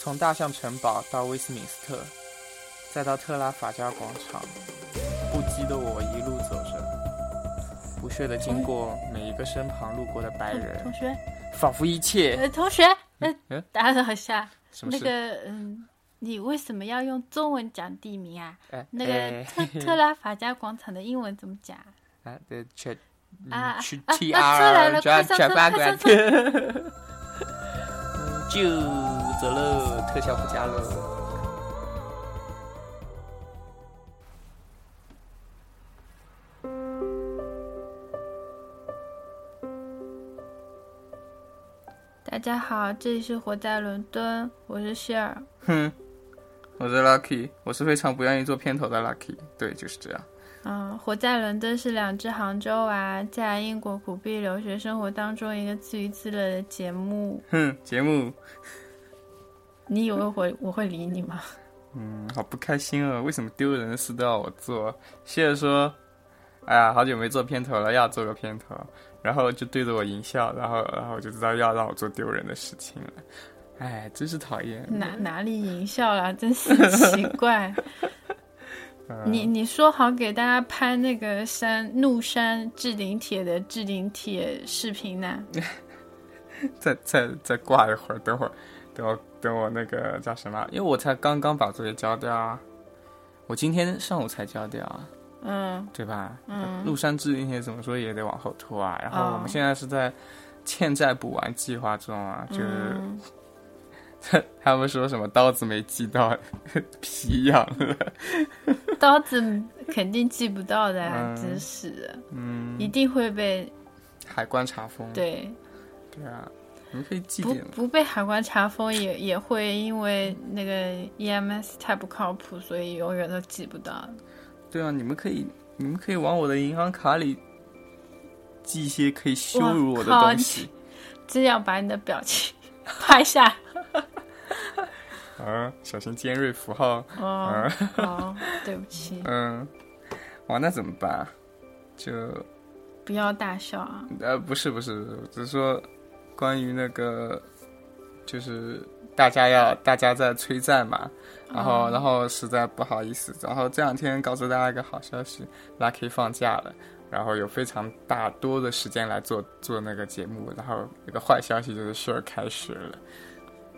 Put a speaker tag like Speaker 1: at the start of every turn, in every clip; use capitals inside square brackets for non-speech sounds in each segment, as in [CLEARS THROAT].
Speaker 1: 从大象城堡到威斯敏斯特，再到特拉法加广场，不羁的我一路走着，不屑地经过每一个身旁路过的白
Speaker 2: 同
Speaker 1: 人，
Speaker 2: 学，
Speaker 1: 仿佛一切
Speaker 2: 呃，同学，呃
Speaker 1: 嗯，
Speaker 2: 打扰一下，
Speaker 1: 什么
Speaker 2: 那
Speaker 1: 事？
Speaker 2: 个，嗯，你为什么要用中文讲地名啊？
Speaker 1: 哎
Speaker 2: 那个
Speaker 1: 哎
Speaker 2: 特特拉法加广场的英文怎么讲啊？
Speaker 1: 啊，对，全
Speaker 2: 啊
Speaker 1: 嗯，去
Speaker 2: 啊
Speaker 1: T
Speaker 2: 啊出来
Speaker 1: R
Speaker 2: 了
Speaker 1: 转
Speaker 2: 快上车
Speaker 1: 转发
Speaker 2: 快上
Speaker 1: 转，嗯 [LAUGHS] 就走喽，特效不加喽。
Speaker 2: 大家好，这里是活在伦敦，我是希尔。
Speaker 1: 哼，我是 Lucky，我是非常不愿意做片头的 Lucky。对，就是这样。
Speaker 2: 嗯，活在伦敦是两只杭州娃在英国苦逼留学生活当中一个自娱自乐的节目。
Speaker 1: 哼，节目，
Speaker 2: 你以为我我会理你吗？
Speaker 1: 嗯，好不开心哦，为什么丢人的事都要我做？谢谢说，哎呀，好久没做片头了，要做个片头，然后就对着我淫笑，然后然后我就知道要让我做丢人的事情了。哎，真是讨厌。
Speaker 2: 哪哪里淫笑了，真是奇
Speaker 1: [LAUGHS]
Speaker 2: 怪。
Speaker 1: 嗯
Speaker 2: 你你说好给大家拍那个山怒山置顶帖的置顶帖视
Speaker 1: [LAUGHS]
Speaker 2: 频呢？
Speaker 1: 再再再挂一会儿，等会儿，等我等我那个叫什么？因为我才刚刚把作业交掉啊，我今天上午才交掉啊，
Speaker 2: 嗯，
Speaker 1: 对吧？呃
Speaker 2: 嗯
Speaker 1: 陆山志那些怎么说也得往后拖啊。然后
Speaker 2: 哦
Speaker 1: 我们现在是在欠债补完计划中啊，就是、
Speaker 2: 嗯
Speaker 1: [LAUGHS] 他们说什么刀子没寄到， [LAUGHS] 皮痒了。
Speaker 2: 刀子肯定寄不到的、啊，
Speaker 1: 嗯
Speaker 2: 真是的，
Speaker 1: 嗯，
Speaker 2: 一定会被
Speaker 1: 海关查封。
Speaker 2: 对
Speaker 1: 对啊，你们可以寄
Speaker 2: 不
Speaker 1: 点。
Speaker 2: 不被海关查封也也会因为那个 EMS 太不靠谱，所以永远都寄不到。
Speaker 1: 对啊，你们可以你们可以往我的银行卡里寄一些可以羞辱我的
Speaker 2: 哇靠
Speaker 1: 东西。
Speaker 2: 真要把你的表情 [LAUGHS] 拍下来
Speaker 1: 啊，小心尖锐符号。
Speaker 2: 哦哦，对不起，
Speaker 1: 嗯，哇，那怎么办啊？就
Speaker 2: 不要大笑啊！
Speaker 1: 呃，不是不是，只是说关于那个，就是大家要大家在催债嘛，然
Speaker 2: 哦
Speaker 1: 后、然后实在不好意思，然后这两天告诉大家一个好消息，Lucky 放假了。然后有非常大多的时间来做做那个节目，然后有个坏消息就是事儿开学了，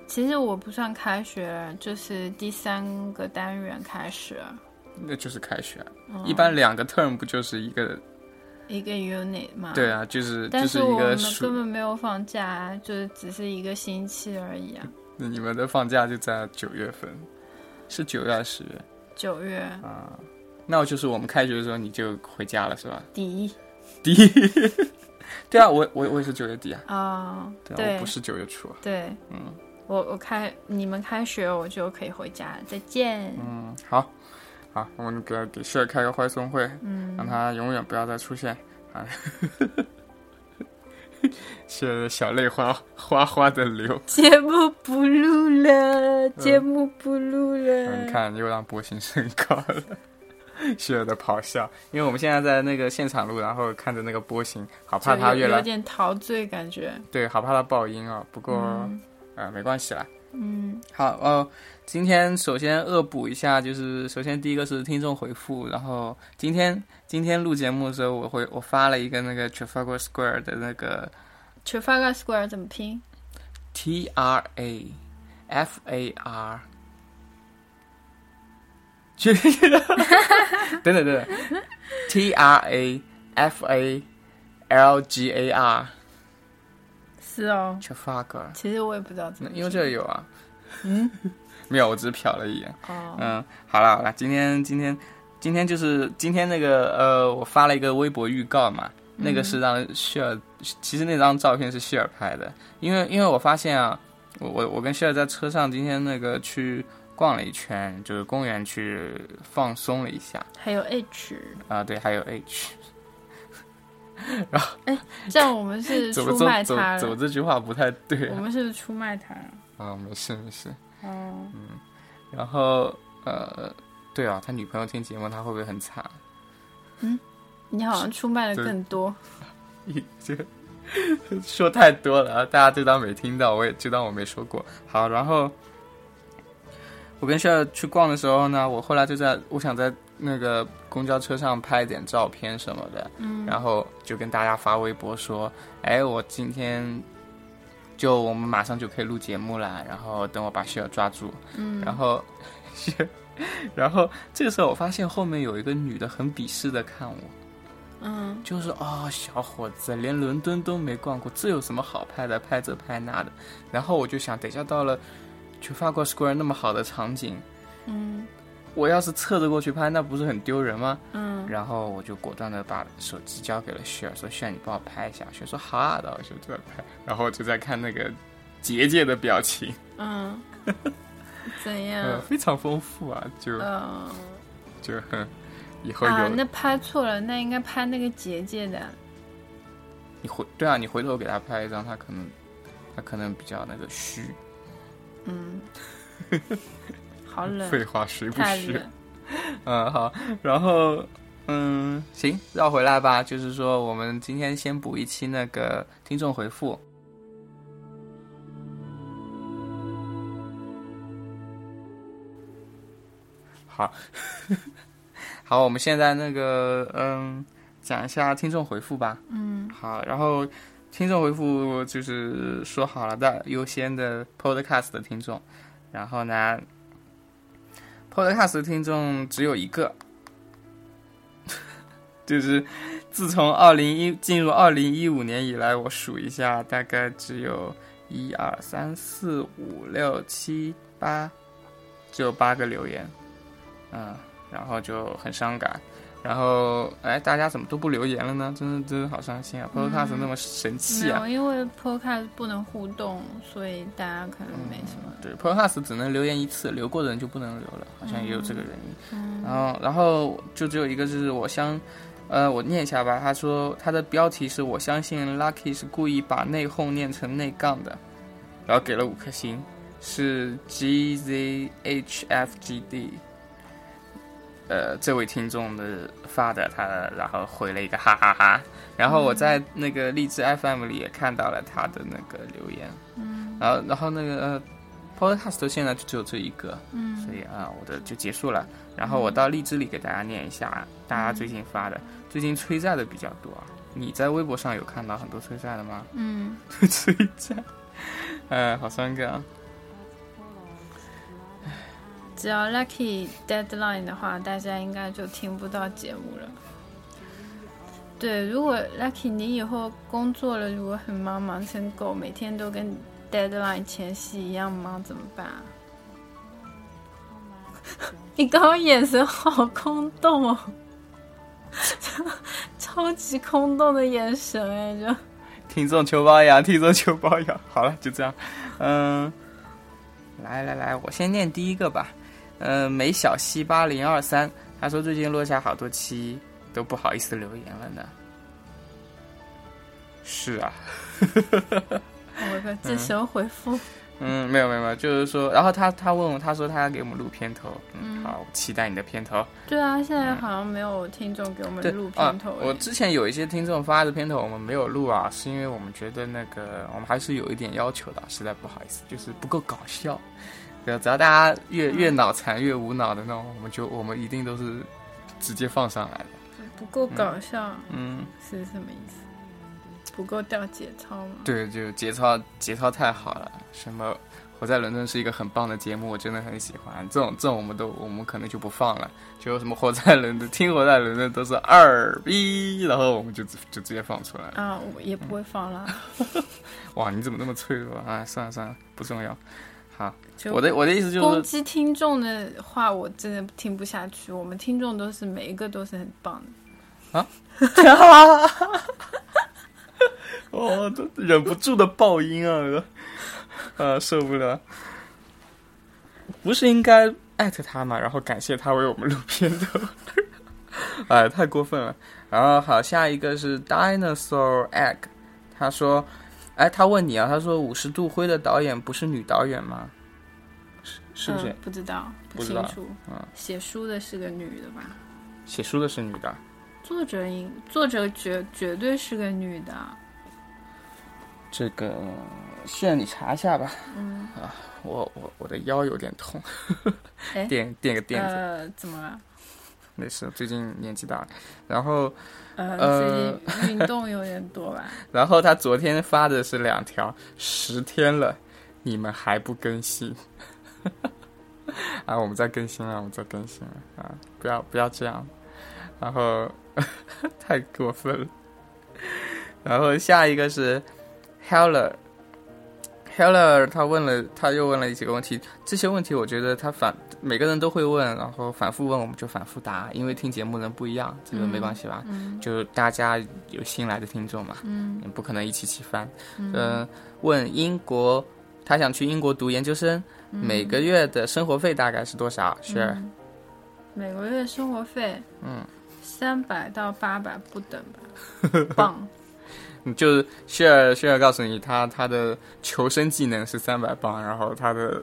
Speaker 2: 其实我不算开学了，就是第三个单元开始了，
Speaker 1: 那就是开学啊。
Speaker 2: 嗯
Speaker 1: 一般两个 term 不就是一个
Speaker 2: 一个 unit 嘛。
Speaker 1: 对。啊，就是就
Speaker 2: 但是
Speaker 1: 一
Speaker 2: 我
Speaker 1: 个
Speaker 2: 们
Speaker 1: 暑
Speaker 2: 根本没有放假啊，就是只是一个星期而已啊。
Speaker 1: 那你们的放假就在九月份，是九月还是十月？
Speaker 2: 九月
Speaker 1: 那就是我们开学的时候你就回家了是吧？ [LAUGHS]
Speaker 2: 底
Speaker 1: 第一，对啊，我我我也是九月底啊，
Speaker 2: 啊，
Speaker 1: 对啊，
Speaker 2: 对
Speaker 1: 我不是九月初啊，
Speaker 2: 对，
Speaker 1: 嗯
Speaker 2: 我我开你们开学我就可以回家了，再见。
Speaker 1: 嗯，好，好，我们给给社开个欢送会，
Speaker 2: 嗯，
Speaker 1: 让他永远不要再出现啊！是 [LAUGHS] 小泪花哗哗的流，
Speaker 2: 节目不录了，节目不录了。
Speaker 1: 嗯嗯，你看又让波形升高了，雪儿的咆哮，因为我们现在在那个现场录，然后看着那个波形，好
Speaker 2: 就
Speaker 1: 怕
Speaker 2: 有，
Speaker 1: 它越来
Speaker 2: 有点陶醉感觉。
Speaker 1: 对，好怕它爆音啊、不过、
Speaker 2: 嗯
Speaker 1: 呃，没关系啦。
Speaker 2: 嗯
Speaker 1: 好哦，今天首先恶补一下，就是首先第一个是听众回复，然后今天今天录节目的时候，我会我发了一个那个 Trafalgar Square 的那个
Speaker 2: Trafalgar Square 怎么拼？
Speaker 1: T R A F A R，就等等等等，T R A F A L G A R
Speaker 2: 是哦，
Speaker 1: Trafalgar，
Speaker 2: 其实我也不知道怎
Speaker 1: 那
Speaker 2: 么拼。
Speaker 1: 因为这里有啊， [LAUGHS] 嗯，没有，我只是瞟了一眼。
Speaker 2: 哦，
Speaker 1: 嗯，好了好了，今天今天今天就是今天那个呃，我发了一个微博预告嘛，那
Speaker 2: 嗯
Speaker 1: 个是让谢尔，其实那张照片是谢尔拍的，因为因为我发现啊，我我我跟谢尔在车上今天那个去逛了一圈，就是公园去放松了一下
Speaker 2: 还有 H，
Speaker 1: 啊、对，还有 H，
Speaker 2: 这样我们是
Speaker 1: [LAUGHS] 怎么
Speaker 2: 出
Speaker 1: 走
Speaker 2: 卖
Speaker 1: 走
Speaker 2: 他
Speaker 1: 走
Speaker 2: 了。
Speaker 1: 这句话不太对
Speaker 2: 我
Speaker 1: 啊，
Speaker 2: 们是不是出卖他了。
Speaker 1: 啊没事没事，
Speaker 2: 哦，
Speaker 1: 然后呃，对啊，他女朋友听节目，他会啊不会很惨？
Speaker 2: 你好像出卖的
Speaker 1: 对
Speaker 2: 更多。
Speaker 1: 一这说太多了，啊，大家就当没听到，我也就当我没说过。好，然后我跟秀去逛的时候呢，我后来就在我想在那个公交车上拍点照片什么的，
Speaker 2: 嗯，
Speaker 1: 然后就跟大家发微博说，哎，我今天就我们马上就可以录节目啦，然后等我把秀抓住，
Speaker 2: 嗯，
Speaker 1: 然后 [LAUGHS] 然后这个时候我发现后面有一个女的很鄙视的看我。
Speaker 2: 嗯
Speaker 1: 就是啊、小伙子连伦敦都没逛过，这有什么好拍的？拍这拍那的。然后我就想，等一下到了去法国 Square 那么好的场景，
Speaker 2: 嗯
Speaker 1: 我要是侧着过去拍，那不是很丢人吗？
Speaker 2: 嗯
Speaker 1: 然后我就果断的把手机交给了雪儿，说雪儿你帮我拍一下。雪儿说好啊，然后我就在拍，然后我就在看那个结界的表情，
Speaker 2: 嗯， [LAUGHS] 怎
Speaker 1: 呃，
Speaker 2: 样？
Speaker 1: 非常丰富啊，就
Speaker 2: 嗯
Speaker 1: 就很。以后有、
Speaker 2: 啊，那拍错了，那应该拍那个结界的。
Speaker 1: 你回对啊，你回头给他拍一张，他可能他可能比较那个虚， [LAUGHS]
Speaker 2: 嗯，好冷，
Speaker 1: 废话谁不
Speaker 2: 太
Speaker 1: 虚？啊
Speaker 2: 冷。
Speaker 1: [LAUGHS] 嗯，好，然后嗯，行，绕回来吧。就是说，我们今天先补一期那个听众回复。好， [LAUGHS] 好，我们现在那个嗯，讲一下听众回复吧。
Speaker 2: 嗯
Speaker 1: 好，然后听众回复就是说好了的优先的 Podcast 的听众，然后呢，Podcast 的听众只有一个， [LAUGHS] 就是自从二零一进入二零一五年以来，我数一下，大概只有一二三四五六七八，只有八个留言，嗯，然后就很伤感。然后，哎，大家怎么都不留言了呢？真的，真的好伤心啊！Podcast 那么神
Speaker 2: 嗯没
Speaker 1: 气啊
Speaker 2: 有，，因为 podcast 不能互动，所以大家可能没什么。
Speaker 1: 对，Podcast 只能留言一次，留过的人就不能留了，好像也有这个原因。然
Speaker 2: 嗯
Speaker 1: 后，然后就只有一个，就是我相，呃，我念一下吧。他说他的标题是我相信 Lucky 是故意把内讧念成内杠的，然后给了五颗星，是 G Z H F G D。呃，这位听众的发的他，然后回了一个哈哈哈。然后我
Speaker 2: 嗯
Speaker 1: 在那个荔枝 FM 里也看到了他的那个留言，
Speaker 2: 嗯
Speaker 1: 然后然后那个、呃、Podcast 现在就只有这一个，所
Speaker 2: 嗯
Speaker 1: 以啊，我的就结束了。然后我到荔枝里给大家念一下，大家最近发的，最近催债的比较多。你在微博上有看到很多催债的吗？ [LAUGHS]
Speaker 2: 嗯，
Speaker 1: 催债，哎，好伤感啊。
Speaker 2: 只要 Lucky Deadline 的话，大家应该就听不到节目了。对，如果 Lucky 你以后工作了，如果很忙，忙成狗，每天都跟 Deadline 前夕一样忙，怎么办啊？你刚刚眼神好空洞哦， [LAUGHS] 超超级空洞的眼神哎，就
Speaker 1: 听众求包养，听众求包养。 [LAUGHS] 好了，就这样。嗯，来来来，我先念第一个吧。嗯，梅小西八零二三，他说最近落下好多期，都不好意思留言了呢。是啊，
Speaker 2: 我个这时候回复，
Speaker 1: 嗯，没有没有没有，就是说，然后他他问我，他说他要给我们录片头，嗯，
Speaker 2: 嗯
Speaker 1: 好，我期待你的片头。
Speaker 2: 对啊，现在好像没有听众给我
Speaker 1: 对
Speaker 2: 们录
Speaker 1: 啊
Speaker 2: 片头、，哎
Speaker 1: 我之前有一些听众发的片头我们没有录啊，是因为我们觉得那个我们还是有一点要求的，实在不好意思，就是不够搞笑。对，只要大家越越脑残越无脑的那种，我们就我们一定都是直接放上来的。
Speaker 2: 不够搞笑、
Speaker 1: 嗯，
Speaker 2: 是什么意思？不够掉节操吗？
Speaker 1: 对，就节操节操太好了，什么《我在伦敦》是一个很棒的节目，我真的很喜欢。这种这种我们都我们可能就不放了，就什么《活在伦敦》，听《活在伦敦》都是二逼，然后我们就直就直接放出来了。
Speaker 2: 啊，我也不会放啦。
Speaker 1: 哇，你怎么那么脆弱啊？算了算了，不重要。好，
Speaker 2: 就
Speaker 1: 我的我的意思 [LAUGHS] 就
Speaker 2: 攻
Speaker 1: 是，
Speaker 2: 击听众的话，我真的听不下去。我们听众都是每一个都是很棒的。
Speaker 1: 哦，都忍不住的爆音啊， [LAUGHS] 呃，受不了。不是应该艾特他嘛，然后感谢他为我们录片头， [LAUGHS] 哎，太过分了。然后好，下一个是 Dinosaur Egg，他说，哎，他问你啊，他说五十度灰的导演不是女导演吗？是是不是？
Speaker 2: 嗯不知道，
Speaker 1: 不知
Speaker 2: 清
Speaker 1: 道
Speaker 2: 楚。
Speaker 1: 嗯
Speaker 2: 写书的是个女的吧？
Speaker 1: 写书的是女的，
Speaker 2: 作者应作者绝绝对是个女的，
Speaker 1: 这个炫你查一下吧。啊
Speaker 2: 嗯，
Speaker 1: 我我我的腰有点痛， [LAUGHS]
Speaker 2: 哎，
Speaker 1: 垫垫个垫子，
Speaker 2: 呃，怎么了？
Speaker 1: 没事，最近年纪大了。然后
Speaker 2: 呃，
Speaker 1: 呃
Speaker 2: 最近运动有点多
Speaker 1: [LAUGHS]
Speaker 2: 吧？
Speaker 1: 然后他昨天发的是两条，十天了，你们还不更新？ [LAUGHS] 啊，我们在更新了，我们在更新了啊！不要不要这样，然后 [LAUGHS] 太过分了。然后下一个是 Heller，Heller 他问了，他又问了几个问题，这些问题我觉得他反每个人都会问，然后反复问我们就反复答，因为听节目人不一样，这个没关系吧？
Speaker 2: 嗯
Speaker 1: 就大家有新来的听众嘛，
Speaker 2: 嗯
Speaker 1: 也不可能一起起翻。
Speaker 2: 嗯
Speaker 1: 呃，问英国，他想去英国读研究生，每个月的生活费大概是多少？是
Speaker 2: 嗯每个月生活费，
Speaker 1: 嗯，
Speaker 2: 三百到八百不等
Speaker 1: [LAUGHS]
Speaker 2: 吧？棒，
Speaker 1: 就是 share share 告诉你他他的求生技能是三百磅，然后他的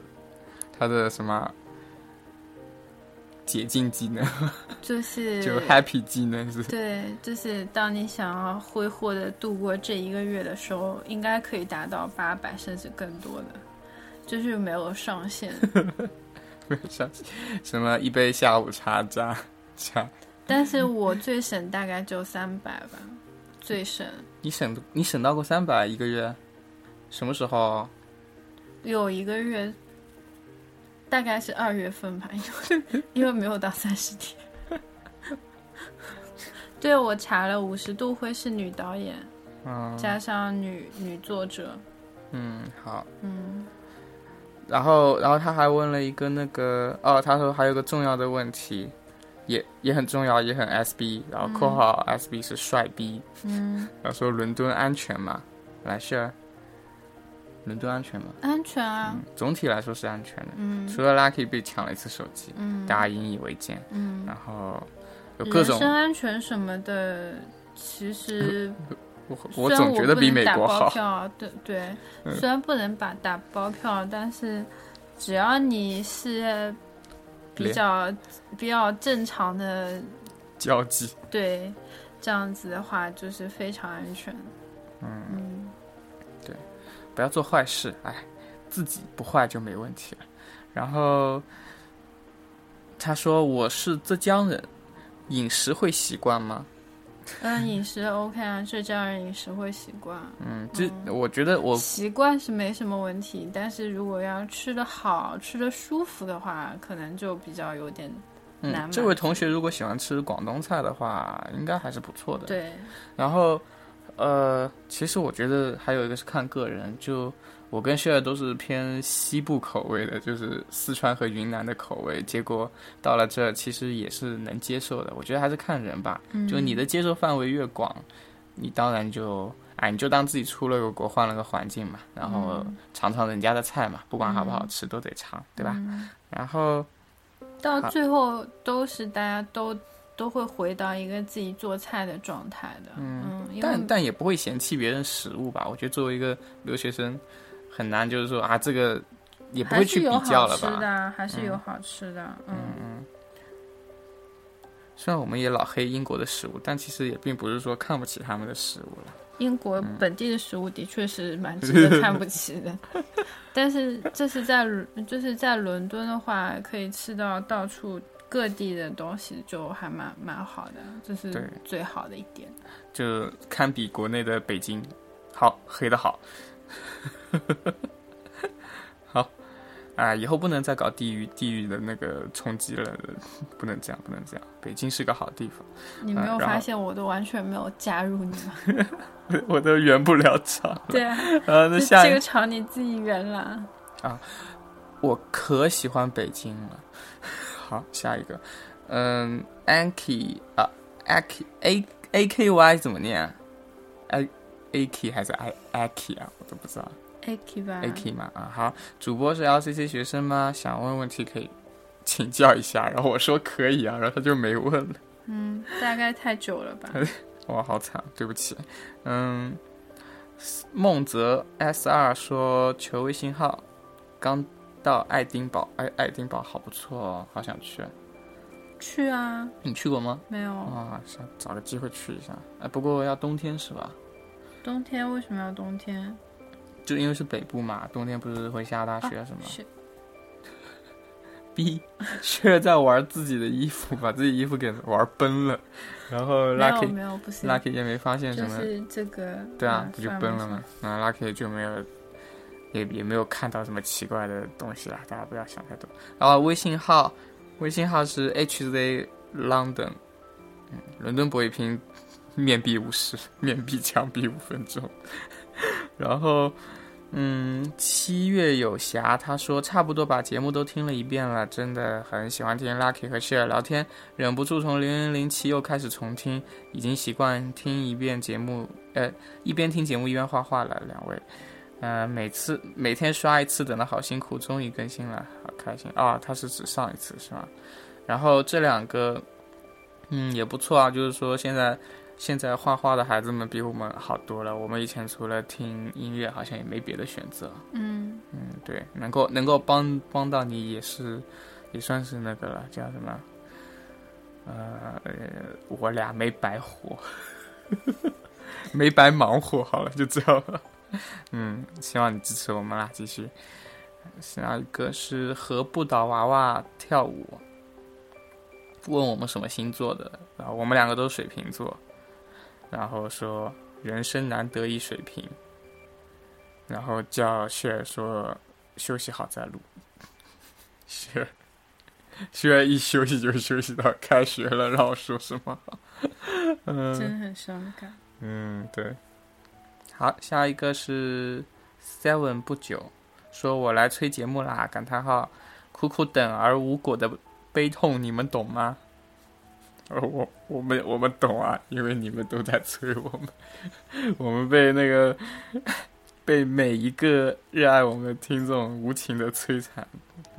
Speaker 1: 他的什么解禁技能
Speaker 2: 就是
Speaker 1: 就 happy 技能是
Speaker 2: 对，就是当你想要挥霍的度过这一个月的时候，应该可以达到八百甚至更多的，就是没有上限。
Speaker 1: 什 [LAUGHS] 什么一杯下午茶加加。
Speaker 2: 但是我最省大概就三百吧，最省
Speaker 1: 你省你省到过三百一个月？什么时候？
Speaker 2: 有一个月，大概是二月份吧，因为因为没有到三十天。对，我查了《五十度灰》是女导演，
Speaker 1: 嗯
Speaker 2: 加上女女作者，
Speaker 1: 嗯，好。
Speaker 2: 嗯
Speaker 1: 然后，然后他还问了一个那个，哦，他说还有个重要的问题，也也很重要，也很 SB。然后括号 SB 是帅逼。
Speaker 2: 嗯，
Speaker 1: 然后说伦敦安全吗？来是，伦敦安全吗？
Speaker 2: 安全啊，
Speaker 1: 总体来说是安全的，
Speaker 2: 嗯
Speaker 1: 除了 Lucky 被抢了一次手机，
Speaker 2: 嗯
Speaker 1: 大家引以为戒。
Speaker 2: 嗯，
Speaker 1: 然后有各
Speaker 2: 人
Speaker 1: 种
Speaker 2: 身，安全什么的，其实 [LAUGHS]
Speaker 1: 我
Speaker 2: 虽
Speaker 1: 嗯我
Speaker 2: 然
Speaker 1: 总
Speaker 2: 我
Speaker 1: 觉得
Speaker 2: 不
Speaker 1: 比
Speaker 2: 能
Speaker 1: 美
Speaker 2: 打
Speaker 1: 国
Speaker 2: 包
Speaker 1: 好。
Speaker 2: 票，啊对对，
Speaker 1: 嗯
Speaker 2: 虽然不能把打包票，啊但是只要你是比
Speaker 1: 连
Speaker 2: 较比较正常的，
Speaker 1: [LAUGHS] 交际，
Speaker 2: 对这样子的话，就是非常安全。
Speaker 1: 嗯，
Speaker 2: 嗯，
Speaker 1: 不要做坏事，哎，自己不坏就没问题了。然后他说我是浙江人，饮食会习惯吗？
Speaker 2: 嗯，饮食 OK 啊，浙江人饮食会习惯，
Speaker 1: 嗯，这我觉得我
Speaker 2: 习惯是没什么问题，但是如果要吃的好、吃的舒服的话，可能就比较有点
Speaker 1: 嗯，
Speaker 2: 难买
Speaker 1: 这位同学如果喜欢吃广东菜的话，应该还是不错的。
Speaker 2: 对，
Speaker 1: 然后，呃，其实我觉得还有一个是看个人，就我跟谢尔都是偏西部口味的，就是四川和云南的口味。结果到了这，其实也是能接受的。我觉得还是看人吧，就你的接受范围越广，你当然就。哎，你就当自己出了个国，换了个环境嘛，然后尝尝人家的菜嘛，不管好不好吃都得尝，对吧？
Speaker 2: 嗯
Speaker 1: 然后，
Speaker 2: 到
Speaker 1: 好
Speaker 2: 最后都是大家都都会回到一个自己做菜的状态的，嗯，因
Speaker 1: 但
Speaker 2: 为
Speaker 1: 但也不会嫌弃别人食物吧？我觉得作为一个留学生，很难就是说啊，这个也不
Speaker 2: 还
Speaker 1: 会
Speaker 2: 是
Speaker 1: 去
Speaker 2: 有
Speaker 1: 比
Speaker 2: 好
Speaker 1: 较了
Speaker 2: 吃
Speaker 1: 吧？
Speaker 2: 的啊，还是有好吃的，嗯，
Speaker 1: 嗯。虽然我们也老黑英国的食物，但其实也并不是说看不起他们的食物了。
Speaker 2: 英国
Speaker 1: 嗯
Speaker 2: 本地的食物的确是蛮值得看不起
Speaker 1: [LAUGHS]
Speaker 2: 的，但是这是在伦就是在伦敦的话，可以吃到到处。各地的东西就还蛮蛮好的，这
Speaker 1: 对
Speaker 2: 是最好的一点。
Speaker 1: 就堪比国内的北京，好黑的好。 [LAUGHS] 好，啊，以后不能再搞地域地域的那个冲击了，不能这样，不能这样。北京是个好地方。 [LAUGHS]
Speaker 2: 你没
Speaker 1: 嗯
Speaker 2: 有
Speaker 1: 然后
Speaker 2: 发现我都完全没有加入你
Speaker 1: [LAUGHS]
Speaker 2: 吗？
Speaker 1: 我都圆不了场了。
Speaker 2: 对啊，
Speaker 1: 呃，那
Speaker 2: 这
Speaker 1: 下一
Speaker 2: 这个场你自己圆了。
Speaker 1: 我可喜欢北京了。 [LAUGHS] 好，下一个，嗯，Anki 啊，Aki A A K Y 怎么念啊？A A K 还是 I Aki 啊？我都不知道
Speaker 2: Aki 吧
Speaker 1: A K 嘛啊。好，主播是 L C C 学生吗？想问问题可以请教一下。然后我说可以啊，然后他就没问了。
Speaker 2: 嗯，大概太久了
Speaker 1: 呃
Speaker 2: 吧？
Speaker 1: 哇，好惨，对不起。嗯，孟泽 S 二说求微信号，刚到爱丁堡，爱爱丁堡好不错哦，好想去。
Speaker 2: 去啊，
Speaker 1: 你去过吗？
Speaker 2: 没
Speaker 1: 啊、
Speaker 2: 有
Speaker 1: 想找个机会去一下。哎，不过要冬天是吧？
Speaker 2: 冬天为什么要冬天？
Speaker 1: 就因为是北部嘛，冬天不是会下大雪什么、
Speaker 2: 是
Speaker 1: b 雪儿在玩自己的衣服，把自己衣服给玩崩了，然后
Speaker 2: 没有
Speaker 1: Lucky
Speaker 2: 没有不是，
Speaker 1: Lucky 也没发现
Speaker 2: 就
Speaker 1: 什么，
Speaker 2: 是这个
Speaker 1: 对啊
Speaker 2: 嗯，
Speaker 1: 不就
Speaker 2: 算
Speaker 1: 崩
Speaker 2: 不
Speaker 1: 了吗嗯
Speaker 2: 算？
Speaker 1: 然后 Lucky 就没有，也也没有看到什么奇怪的东西啦，大家不要想太多。然后微信号，微信号是 HZ London，嗯，伦敦博一拼，面壁五十，面壁墙壁五分钟。 [LAUGHS] 然后，嗯，七月有侠他说差不多把节目都听了一遍了，真的很喜欢听 Lucky 和 Share 聊天，忍不住从零零零七又开始重听，已经习惯听一遍节目，呃，一边听节目一边画画了。两位，呃，每次每天刷一次，等的好辛苦，终于更新了，好开心啊！他是指上一次是吗？然后这两个，嗯，也不错啊，就是说现在。现在画画的孩子们比我们好多了。我们以前除了听音乐，好像也没别的选择。
Speaker 2: 嗯，
Speaker 1: 嗯，对，能够能够帮帮到你也是，也算是那个了，叫什么？呃，我俩没白活， [LAUGHS] 没白忙活，好了，就这样了。嗯，希望你支持我们啦，继续。下一个是和不倒娃娃跳舞，问我们什么星座的，然后我们两个都是水瓶座，然后说人生难得一水瓶，然后叫雪儿说休息好再录。雪儿，雪儿一休息就休息到开学了，让我说什么 [LAUGHS] 好？嗯，
Speaker 2: 真的很伤感。
Speaker 1: 嗯，对。好，下一个是 Seven 不久，说我来催节目啦！感叹号，苦苦等而无果的悲痛，你们懂吗？呃，我我们我们懂啊，因为你们都在催我们，我们被那个被每一个热爱我们的听众无情的摧残，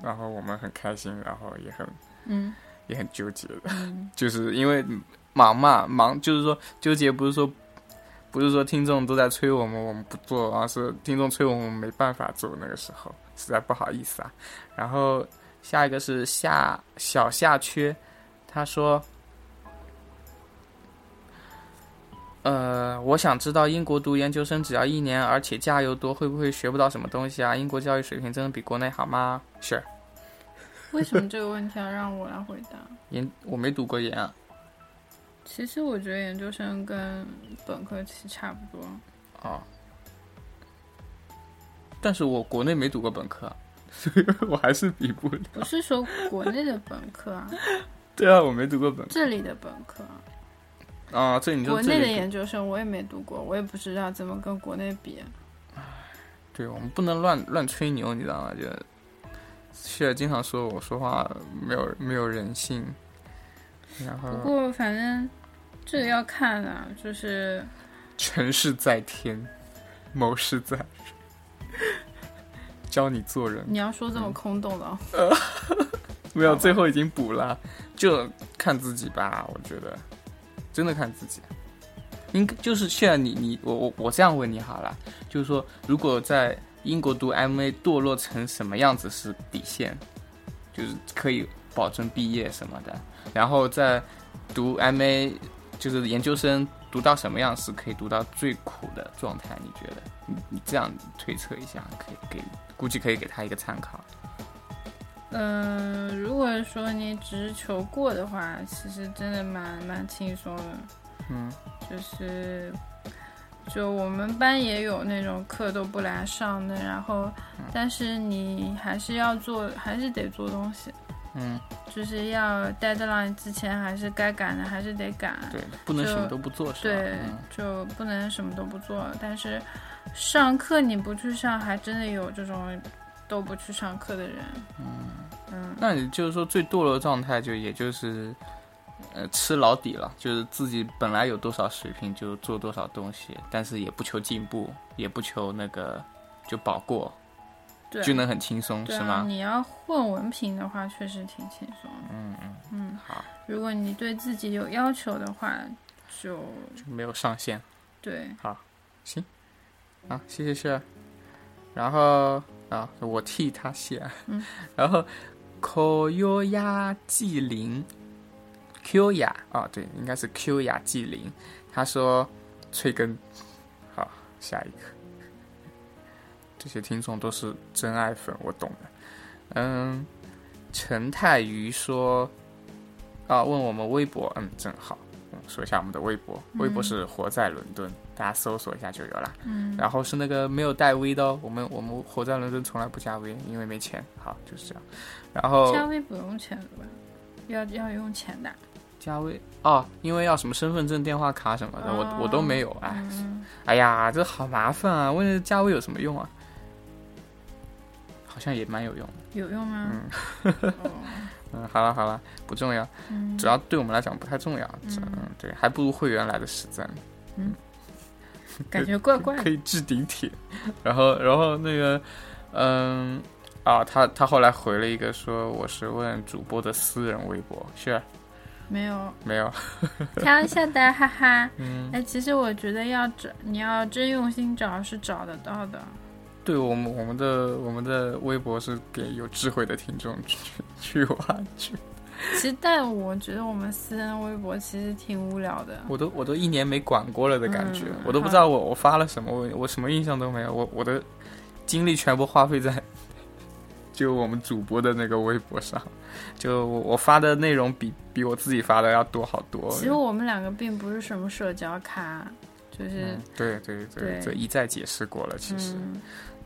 Speaker 1: 然后我们很开心，然后也很
Speaker 2: 嗯
Speaker 1: 也很纠结的。
Speaker 2: 嗯，
Speaker 1: 就是因为忙嘛，忙就是说纠结，不是说不是说听众都在催我们，我们不做，而是听众催我们没办法做，那个时候实在不好意思啊。然后下一个是夏小夏缺，他说。呃，我想知道英国读研究生只要一年，而且假又多，会不会学不到什么东西啊？英国教育水平真的比国内好吗？是
Speaker 2: 为什么这个问题要让我来回答？
Speaker 1: 研我没读过研啊，
Speaker 2: 其实我觉得研究生跟本科其实差不多。
Speaker 1: 啊，但是我国内没读过本科，啊 [LAUGHS] 所以我还是比不了。 [LAUGHS]
Speaker 2: 不是说国内的本科啊，
Speaker 1: 对啊，我没读过本
Speaker 2: 这里的本科啊，
Speaker 1: 科啊，这你就
Speaker 2: 国内
Speaker 1: 这
Speaker 2: 的
Speaker 1: 里
Speaker 2: 研究生我也没读过，我也不知道怎么跟国内比。啊
Speaker 1: 对我们不能乱乱吹牛，你知道吗？就谢尔经常说我说话没有没有人性，然
Speaker 2: 不
Speaker 1: 后
Speaker 2: 过反正这个要看啊，就是
Speaker 1: 成事在天，谋事在人， [LAUGHS] 教你做人。
Speaker 2: 你要说这么空洞的哦，
Speaker 1: 没有，
Speaker 2: 好吧
Speaker 1: 最后已经补了，就看自己吧。我觉得，真的看自己。应该就是现在你你我我我这样问你好了，就是说，如果在英国读 MA 堕落成什么样子是底线，就是可以保证毕业什么的。然后在读 MA 就是研究生读到什么样是可以读到最苦的状态？你觉得？你你这样推测一下，可以给估计可以给他一个参考。
Speaker 2: 嗯、如果说你只是求过的话，其实真的蛮蛮轻松的。
Speaker 1: 嗯
Speaker 2: 就是就我们班也有那种课都不来上的，然后但是你还是要做，还是得做东西，
Speaker 1: 嗯，
Speaker 2: 就是要 deadline 之前还是该赶的还是得赶。
Speaker 1: 对，不能
Speaker 2: 就
Speaker 1: 什么都不做是吧？
Speaker 2: 对
Speaker 1: 嗯，
Speaker 2: 就不能什么都不做，但是上课你不去上，还真的有这种都不去上课的人。嗯
Speaker 1: 那你就是说最堕落的状态，就也就是，呃，吃老底了，就是自己本来有多少水平就做多少东西，但是也不求进步，也不求那个就保过，
Speaker 2: 对，
Speaker 1: 就能很轻松，
Speaker 2: 对
Speaker 1: 是
Speaker 2: 啊，
Speaker 1: 吗？
Speaker 2: 你要混文凭的话，确实挺轻松的。
Speaker 1: 嗯嗯，
Speaker 2: 嗯，
Speaker 1: 好，
Speaker 2: 如果你对自己有要求的话，就
Speaker 1: 就没有上限。
Speaker 2: 对，
Speaker 1: 啊，谢谢谢。然后啊，我替他谢。
Speaker 2: 嗯、
Speaker 1: [LAUGHS] 然后 Q 呀纪灵，Q 呀啊，对，应该是 Q 呀纪灵。他说催更，好，下一个。这些听众都是真爱粉，我懂的。嗯，陈泰瑜说啊，问我们微博，嗯，正好，嗯，说一下我们的微博，微博是活在伦敦，大家搜索一下就有啦。
Speaker 2: 嗯，
Speaker 1: 然后是那个没有带 V 的哦，我们我们活在伦敦从来不加 V，因为没钱。好，就是这样。然后
Speaker 2: 加微不用钱的吧？要要用钱的啊。
Speaker 1: 加 V 哦，因为要什么身份证、电话卡什么的，我我都没有。哎，
Speaker 2: 嗯
Speaker 1: 哎呀，这好麻烦啊！问了加 V 有什么用啊？好像也蛮有用的。
Speaker 2: 有用吗？哦
Speaker 1: 嗯，好了好了，不重要，[LAUGHS]
Speaker 2: 嗯
Speaker 1: 主要对我们来讲不太重要。这嗯，对，还不如会员来的实在呢。
Speaker 2: 感觉怪怪
Speaker 1: 可
Speaker 2: 的。
Speaker 1: 以置顶帖。 [LAUGHS] 然后，然后那个，嗯，啊，他他后来回了一个说我是问主播的私人微博，是
Speaker 2: 没有，
Speaker 1: 没有？
Speaker 2: 开玩笑的，哈哈。
Speaker 1: 嗯，
Speaker 2: 哎，其实我觉得要找，你要真用心找是找得到的。
Speaker 1: 对我们我们的我们的微博是给有智慧的听众去去挖掘。
Speaker 2: 其实，但我觉得我们私人微博其实挺无聊的。
Speaker 1: 我都我都一年没管过了的感觉，
Speaker 2: 嗯
Speaker 1: 我都不知道我我发了什么，我我什么印象都没有，我我的精力全部花费在就我们主播的那个微博上，就我我发的内容比比我自己发的要多好多。
Speaker 2: 其实我们两个并不是什么社交咖，就是
Speaker 1: 嗯，对对对，
Speaker 2: 对
Speaker 1: 这一再解释过了，其实、
Speaker 2: 嗯，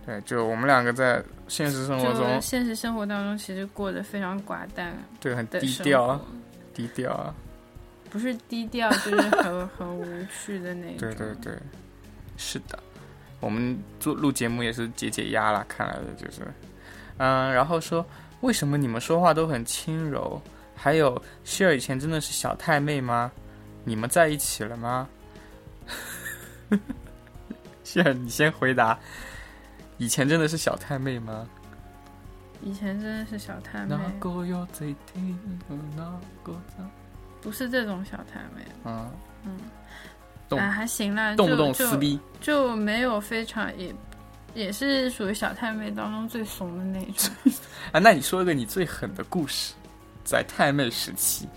Speaker 1: 对，就我们两个在现实生活
Speaker 2: 就
Speaker 1: 中
Speaker 2: 现实生活当中其实过得非常寡淡
Speaker 1: 对很
Speaker 2: 的
Speaker 1: 低
Speaker 2: 生
Speaker 1: 调啊
Speaker 2: 活，
Speaker 1: 低调啊，
Speaker 2: 不是低调，就是很 [LAUGHS] 很无趣的那种。
Speaker 1: 对对对，是的，我们做录节目也是解解压啦，看来的就是，嗯，然后说为什么你们说话都很轻柔？还有希尔以前真的是小太妹吗？你们在一起了吗？希尔，你先回答。以前真的是小太妹吗？
Speaker 2: 以前真的是小太妹
Speaker 1: 那，个有最低的那个在
Speaker 2: 不是这种小太妹，
Speaker 1: 嗯，动
Speaker 2: 啊还行啦，
Speaker 1: 动不动
Speaker 2: 就
Speaker 1: 撕逼，
Speaker 2: 就就没有非常也也是属于小太妹当中最怂的那
Speaker 1: [LAUGHS]
Speaker 2: 种。
Speaker 1: 啊，那你说一个你最狠的故事，在太妹时期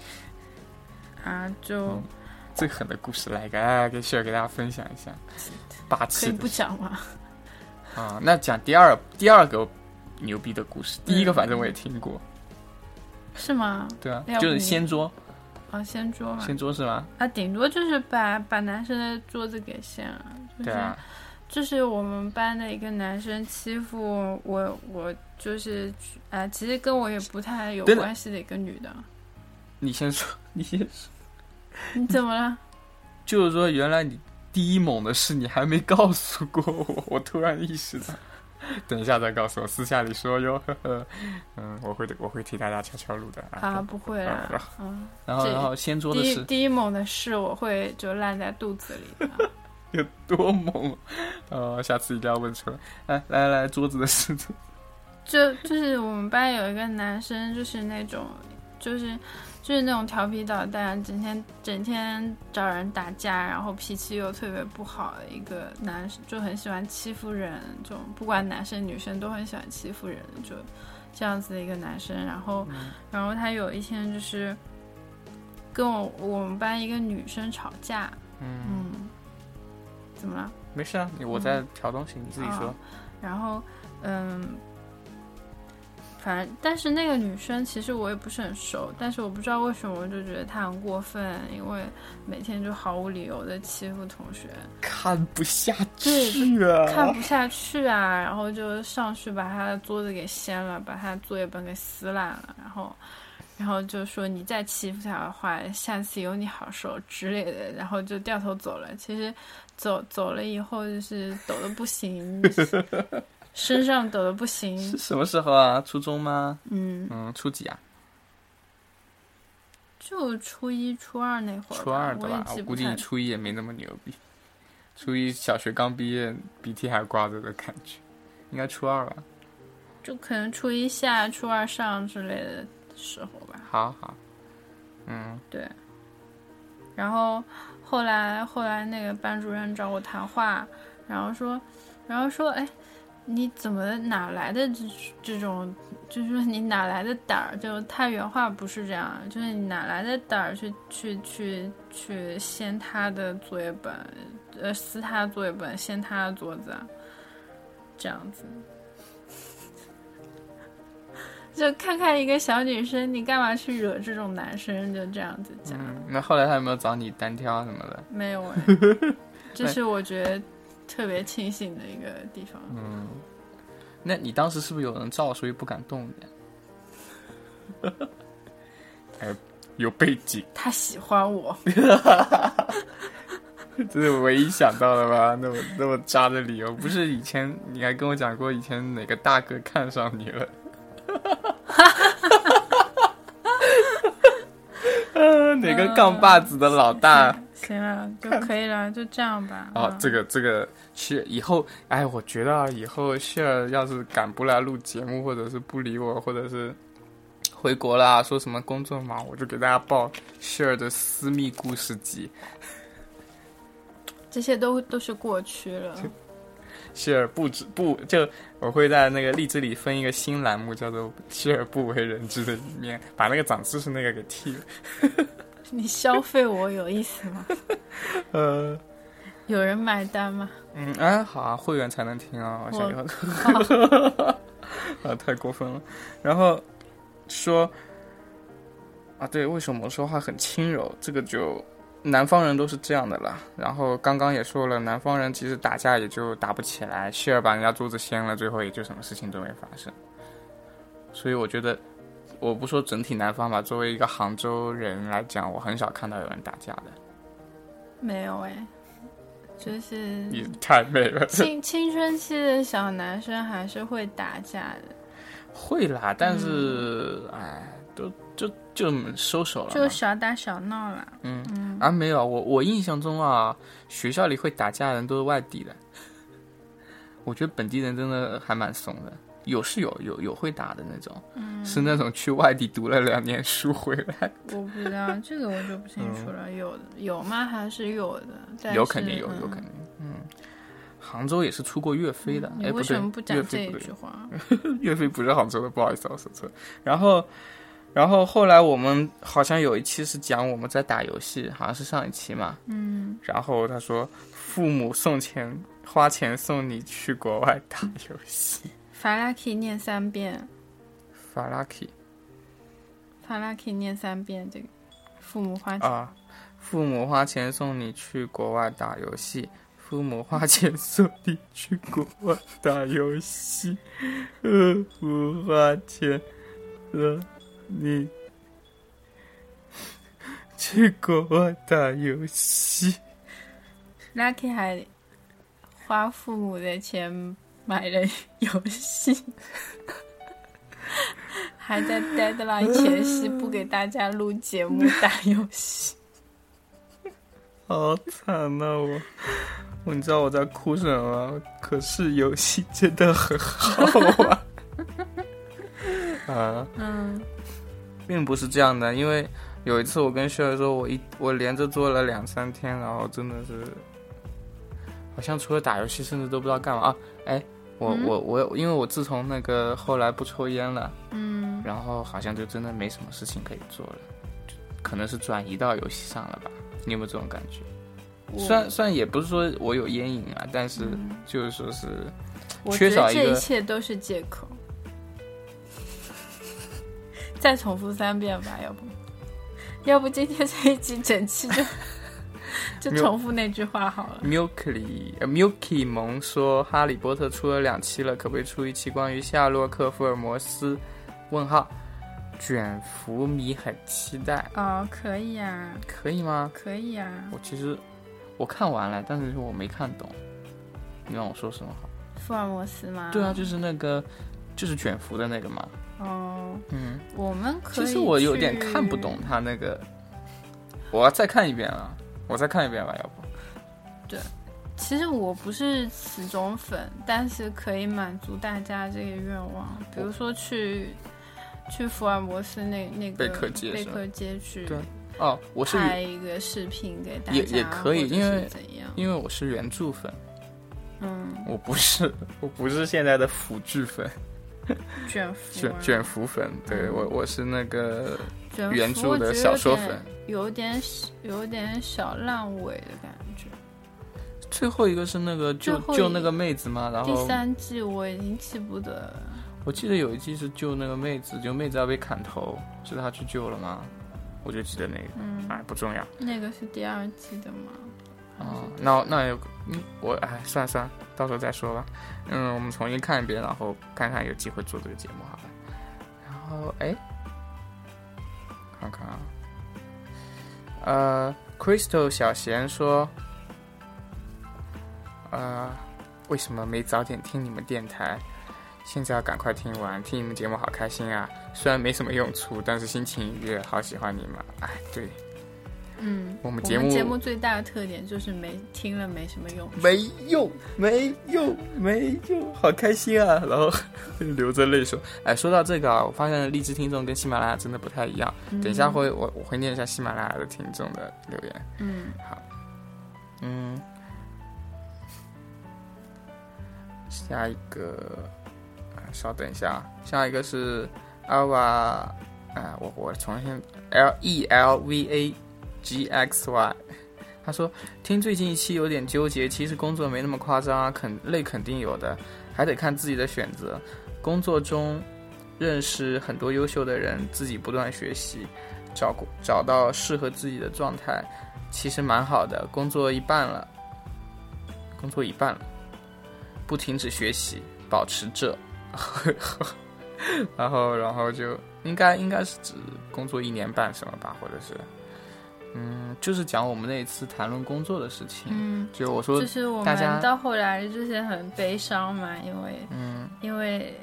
Speaker 2: 啊，就
Speaker 1: 嗯最狠的故事来个，哎，给雪儿给大家分享一下，霸
Speaker 2: 可
Speaker 1: 气
Speaker 2: 以
Speaker 1: 的
Speaker 2: 不讲嘛。
Speaker 1: 啊。那讲第二第二个牛逼的故事，第一个
Speaker 2: 嗯哎
Speaker 1: 反正我也听过，
Speaker 2: 是吗？
Speaker 1: 对啊
Speaker 2: 要，不
Speaker 1: 就是
Speaker 2: 你
Speaker 1: 掀桌，
Speaker 2: 啊，掀桌嘛，
Speaker 1: 掀桌是吗？
Speaker 2: 啊，顶多就是把把男生的桌子给掀了，就是、
Speaker 1: 对啊，
Speaker 2: 就是我们班的一个男生欺负我，我就是去啊，其实跟我也不太有
Speaker 1: 对的
Speaker 2: 关系的一个女的，
Speaker 1: 你先说， [LAUGHS] 你先说，
Speaker 2: 你怎
Speaker 1: [LAUGHS]
Speaker 2: 么了？
Speaker 1: 就是说原来你第一猛的事你还没告诉过我，我突然意识到。 [LAUGHS] 等一下再告诉我，私下里说哟， [LAUGHS] 呵呵，嗯，我会我会替大家悄悄录的
Speaker 2: 啊，，不会啦
Speaker 1: 嗯，
Speaker 2: 嗯，
Speaker 1: 然后
Speaker 2: 这
Speaker 1: 然后掀桌的
Speaker 2: 第
Speaker 1: 是
Speaker 2: 一第一猛的事我会就烂在肚子里啊，
Speaker 1: 有多猛？呃，下次一定要问出来。来来来，桌子的事情。
Speaker 2: 就就是我们班有一个男生，就是那种，就是就是那种调皮捣蛋，整天整天找人打架，然后脾气又特别不好的一个男生，就很喜欢欺负人，这种不管男生女生都很喜欢欺负人，就这样子的一个男生。然后然后他有一天就是跟我我们班一个女生吵架，
Speaker 1: 嗯，
Speaker 2: 嗯，怎么了？
Speaker 1: 没事啊，你我在调东西，你自己说
Speaker 2: 啊。然后，嗯，反正但是那个女生其实我也不是很熟，但是我不知道为什么我就觉得她很过分，因为每天就毫无理由的欺负同学，
Speaker 1: 啊看不下去啊！
Speaker 2: 看不下去啊，然后就上去把她的桌子给掀了，把她作业本给撕烂了，然后。然后就说你再欺负她的话，下次有你好受之类的，然后就掉头走了。其实走走了以后，就是抖的不行，身上抖的不行，
Speaker 1: 是什么时候啊？初中吗？
Speaker 2: 嗯，
Speaker 1: 嗯，初几啊？
Speaker 2: 就初一、初二那会儿吧，
Speaker 1: 初二的
Speaker 2: 我也
Speaker 1: 吧？
Speaker 2: 记
Speaker 1: 我
Speaker 2: 不
Speaker 1: 估计
Speaker 2: 太
Speaker 1: 你初一也没那么牛逼。初一小学刚毕业，鼻涕还挂着的感觉，应该初二吧？
Speaker 2: 就可能初一下、初二上之类的时候吧。
Speaker 1: 好好，嗯，
Speaker 2: 对，然后后来后来那个班主任找我谈话，然后说，然后说，哎，你怎么哪来的这这种，就是说你哪来的胆儿？就他原话不是这样，就是你哪来的胆儿去去去去掀他的作业本，呃，撕他作业本，掀他的桌子啊。这样子。就看看一个小女生，你干嘛去惹这种男生？就这样子讲，
Speaker 1: 嗯，那后来他有没有找你单挑啊什么的？
Speaker 2: 没有
Speaker 1: [LAUGHS]
Speaker 2: 哎，这是我觉得特别庆幸的一个地方。
Speaker 1: 嗯，那你当时是不是有人照，所以不敢动你？ [LAUGHS] 哎，有背景，
Speaker 2: 他喜
Speaker 1: [LAUGHS]
Speaker 2: 欢我，
Speaker 1: 这是唯一想到的吧？那么那么渣的理由，不是以前你还跟我讲过，以前哪个大哥看上你了？ [LAUGHS] 呃，哪个杠把子的老大？
Speaker 2: 行了，就可以了，就这样吧。
Speaker 1: 哦
Speaker 2: 嗯，
Speaker 1: 这个这个是以后，哎，我觉得啊，以后谢儿要是敢不来录节目，或者是不理我，或者是回国啦、说什么工作忙，我就给大家报谢儿的私密故事集。
Speaker 2: 这些都都是过去了。
Speaker 1: 谢儿不知不就我会在那个荔枝里分一个新栏目，叫做“谢儿不为人知的一面”，把那个长知识那个给剃了。
Speaker 2: 你消费我有意思吗？ [LAUGHS]
Speaker 1: 呃，
Speaker 2: 有人买单吗？
Speaker 1: 嗯，哎，好啊，会员才能听啊，我想要。 [LAUGHS] 啊，太过分了。然后说啊，对，为什么说话很轻柔？这个就南方人都是这样的啦。然后刚刚也说了，南方人其实打架也就打不起来，谢尔把人家桌子掀了，最后也就什么事情都没发生。所以我觉得，我不说整体南方吧，作为一个杭州人来讲，我很少看到有人打架的。
Speaker 2: 没有哎，就是
Speaker 1: 你太美了，
Speaker 2: 青青春期的小男生还是会打架的，
Speaker 1: 会啦，但是哎、都就就收手了嘛，
Speaker 2: 嗯就小打小闹啦。
Speaker 1: 啊，没有，我我印象中啊，学校里会打架的人都是外地的。 [LAUGHS] 我觉得本地人真的还蛮怂的，有是有有有会打的那种，
Speaker 2: 嗯
Speaker 1: 是那种去外地读了两年书回来，
Speaker 2: 我不知
Speaker 1: [LAUGHS]
Speaker 2: 道这个我就不清楚了，有有吗？还是有的，但
Speaker 1: 嗯有
Speaker 2: 是
Speaker 1: 肯定有有
Speaker 2: 嗯
Speaker 1: 肯定，嗯。杭州也是出过岳飞的，哎、
Speaker 2: 嗯你为
Speaker 1: 不对
Speaker 2: 什么不，
Speaker 1: 岳
Speaker 2: 讲这
Speaker 1: 飞
Speaker 2: 一
Speaker 1: 不对
Speaker 2: 句，话？
Speaker 1: 岳飞不是杭州的，不好意思，我说错了。然后，然后后来我们好像有一期是讲我们在打游戏，好像是上一期嘛。嗯。然后他说，父母送钱花钱送你去国外打游戏。
Speaker 2: 法拉 k 念三遍，
Speaker 1: 法拉 k
Speaker 2: 法拉 k 念三遍这个。父母花钱，
Speaker 1: 啊，父母花钱送你去国外打游戏，父母花钱送你去国外打游戏，呃，不花钱，呃，你去国外打游戏。
Speaker 2: Lucky 还花父母的钱买了游戏，还在 deadline 前夕不给大家录
Speaker 1: [LAUGHS]
Speaker 2: 节目打游戏。
Speaker 1: 好惨呐、我我你知道我在哭什么吗？可是游戏真的很好玩。 [LAUGHS] 啊，嗯，并不是这样的，因为有一次我跟秀儿说，我一我连着做了两三天，然后真的是，好像除了打游戏，甚至都不知道干嘛啊。哎，我、我我，因为我自从那个后来不抽烟了，
Speaker 2: 嗯，
Speaker 1: 然后好像就真的没什么事情可以做了，就可能是转移到游戏上了吧？你有没有这种感觉？
Speaker 2: 我
Speaker 1: 虽然虽然也不是说我有烟瘾啊，但是就是说是，
Speaker 2: 我
Speaker 1: 缺
Speaker 2: 觉
Speaker 1: 少
Speaker 2: 得
Speaker 1: 一
Speaker 2: 这
Speaker 1: 个
Speaker 2: 一切都是借口。再重复三遍吧，要不，要不今天这一集整期就
Speaker 1: 没
Speaker 2: 就
Speaker 1: 有
Speaker 2: 重复那句话好了。
Speaker 1: Milky 呃 Milky 萌说《哈利波特》出了两期了，可不可以出一期关于夏洛克·福尔摩斯？问号，卷福迷很期待，
Speaker 2: 哦，可以啊，
Speaker 1: 可以吗？
Speaker 2: 可以啊。
Speaker 1: 我其实我看完了，但是我没看懂，你让我说什么好？
Speaker 2: 福尔摩斯吗？
Speaker 1: 对啊，就是那个就是卷福的那个嘛，
Speaker 2: 哦，
Speaker 1: 嗯，
Speaker 2: 我们可
Speaker 1: 其
Speaker 2: 以。
Speaker 1: 实我有点看不懂。他那个，我要再看一遍啊，我再看一遍吧，要不。
Speaker 2: 其实我不是死忠粉，但是可以满足大家这个愿望，比如说去去福尔摩斯那那个
Speaker 1: 贝克街是
Speaker 2: 贝
Speaker 1: 吧
Speaker 2: 克街去
Speaker 1: 对哦，我是
Speaker 2: 拍一个视频给大家，
Speaker 1: 也也可以
Speaker 2: 或者是
Speaker 1: 因为
Speaker 2: 怎样？
Speaker 1: 因为我是原著粉，
Speaker 2: 嗯，
Speaker 1: 我不是我不是现在的腐剧粉，
Speaker 2: 卷福
Speaker 1: 卷 [LAUGHS]
Speaker 2: 啊
Speaker 1: 卷福粉，对
Speaker 2: 嗯
Speaker 1: 我我是那个
Speaker 2: 卷福
Speaker 1: 原著的小说粉，
Speaker 2: 我觉得有点有点有点小烂尾的感觉。
Speaker 1: 最后一个是那个救
Speaker 2: 最后一
Speaker 1: 救那个妹子嘛，然
Speaker 2: 第
Speaker 1: 后
Speaker 2: 三季我已经记不得了，
Speaker 1: 我记得有一季是救那个妹子，就妹子要被砍头，是他去救了吗？我就记得那个，
Speaker 2: 嗯，
Speaker 1: 哎，不重要
Speaker 2: 那个是第二季的吗？
Speaker 1: 啊、那那有，嗯，我哎，算了算了，到时候再说吧。嗯，我们重新看一遍，然后看看有机会做这个节目好了。然后哎，看看啊，呃，Crystal 小贤说，呃，为什么没早点听你们电台？现在要赶快听完，听你们节目好开心啊！虽然没什么用处，但是心情愉悦，好喜欢你们。哎，对
Speaker 2: 嗯，
Speaker 1: 我
Speaker 2: 我
Speaker 1: 们
Speaker 2: 们
Speaker 1: 节目
Speaker 2: 节目最大的特点就是没听了没什么用。
Speaker 1: 没用，没用，没用，好开心啊！ [LAUGHS] 然后流着泪说：“哎，说到这个啊，我发现荔枝听众跟喜马拉雅真的不太一样。等一下会我我会念一下喜马拉雅的听众的留言。
Speaker 2: 嗯，
Speaker 1: 嗯，下一个，啊稍等一下，啊，下一个是 Alva，啊、我我重新 L E L V A G X Y。他说：“听最近一期有点纠结，其实工作没那么夸张啊，肯累肯定有的，还得看自己的选择。工作中认识很多优秀的人，自己不断学习，找找到适合自己的状态，其实蛮好的。工作一半了，工作一半了，不停止学习，保持这， [LAUGHS] 然后然后就应该应该是指工作一年半什么吧，或者是。”嗯，就是讲我们那一次谈论工作的事情。
Speaker 2: 嗯，
Speaker 1: 就我说
Speaker 2: 就，是我
Speaker 1: 大家
Speaker 2: 们到后来就是很悲伤嘛，因为
Speaker 1: 嗯，
Speaker 2: 因为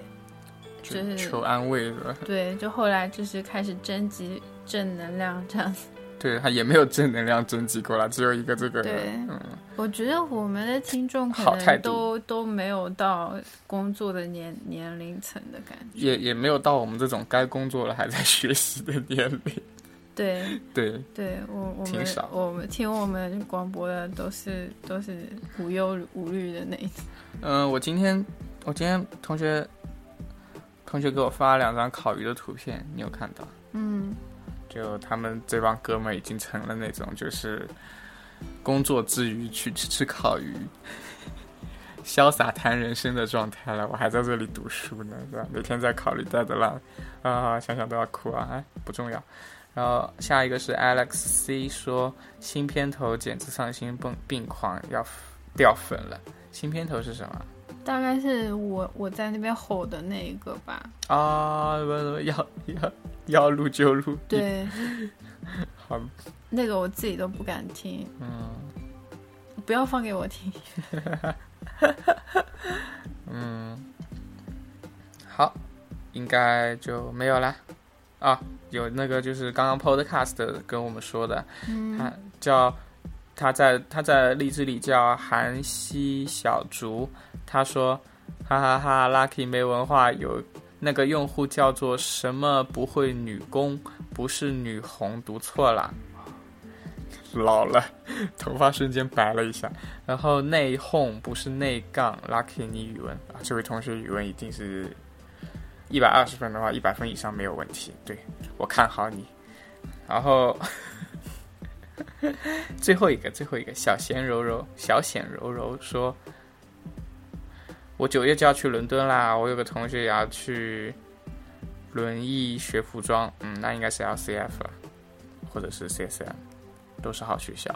Speaker 1: 就
Speaker 2: 就是
Speaker 1: 求安慰是吧？
Speaker 2: 对，就后来就是开始征集正能量这样子。 [LAUGHS]
Speaker 1: 对他也没有正能量征集过来，只有一个这个。
Speaker 2: 对
Speaker 1: 嗯，
Speaker 2: 我觉得我们的听众可
Speaker 1: 好态
Speaker 2: 能
Speaker 1: 度
Speaker 2: 都都没有到工作的年年龄层的感觉。
Speaker 1: 也也没有到我们这种该工作了还在学习的年龄。
Speaker 2: 对，
Speaker 1: 对，
Speaker 2: 对我我
Speaker 1: 挺
Speaker 2: 们
Speaker 1: 少
Speaker 2: 我们听我们广播的都是都是无忧无虑的那一种。
Speaker 1: 嗯、我今天我今天同学同学给我发了两张烤鱼的图片，你有看到？
Speaker 2: 嗯，
Speaker 1: 就他们这帮哥们儿已经成了那种，就是工作之余去吃吃烤鱼， [LAUGHS] 潇洒谈人生的状态了。我还在这里读书呢，是吧？每天在考虑 deadline，啊，想想都要哭啊！哎，不重要。然后下一个是 Alex C 说新片头简直丧心病病狂，要掉粉了。新片头是什么？
Speaker 2: 大概是我我在那边吼的那一个吧。
Speaker 1: 啊，什么什么要要要录就录，，
Speaker 2: 对，
Speaker 1: 好，
Speaker 2: 那个我自己都不敢听，
Speaker 1: 嗯。
Speaker 2: 不要放给我听。
Speaker 1: 嗯，好，应该就没有啦。啊，有那个就是刚刚 Podcast 跟我们说的，
Speaker 2: 嗯
Speaker 1: 他叫他在他在荔枝里叫韩熙小竹，他说哈哈哈 Lucky 没文化，有那个用户叫做什么不会女工，不是女红，读错了。老了，头发瞬间白了一下。然后内讧不是内杠，lucky 你语文啊，这位同学语文一定是一百二十分的话，一百分以上没有问题。对我看好你。然后最后一个，最后一个，小贤柔柔，小显柔柔说，我九月就要去伦敦啦，我有个同学也要去轮艺学服装，嗯，那应该是 LCF 了，或者是 CSM，都是好学校。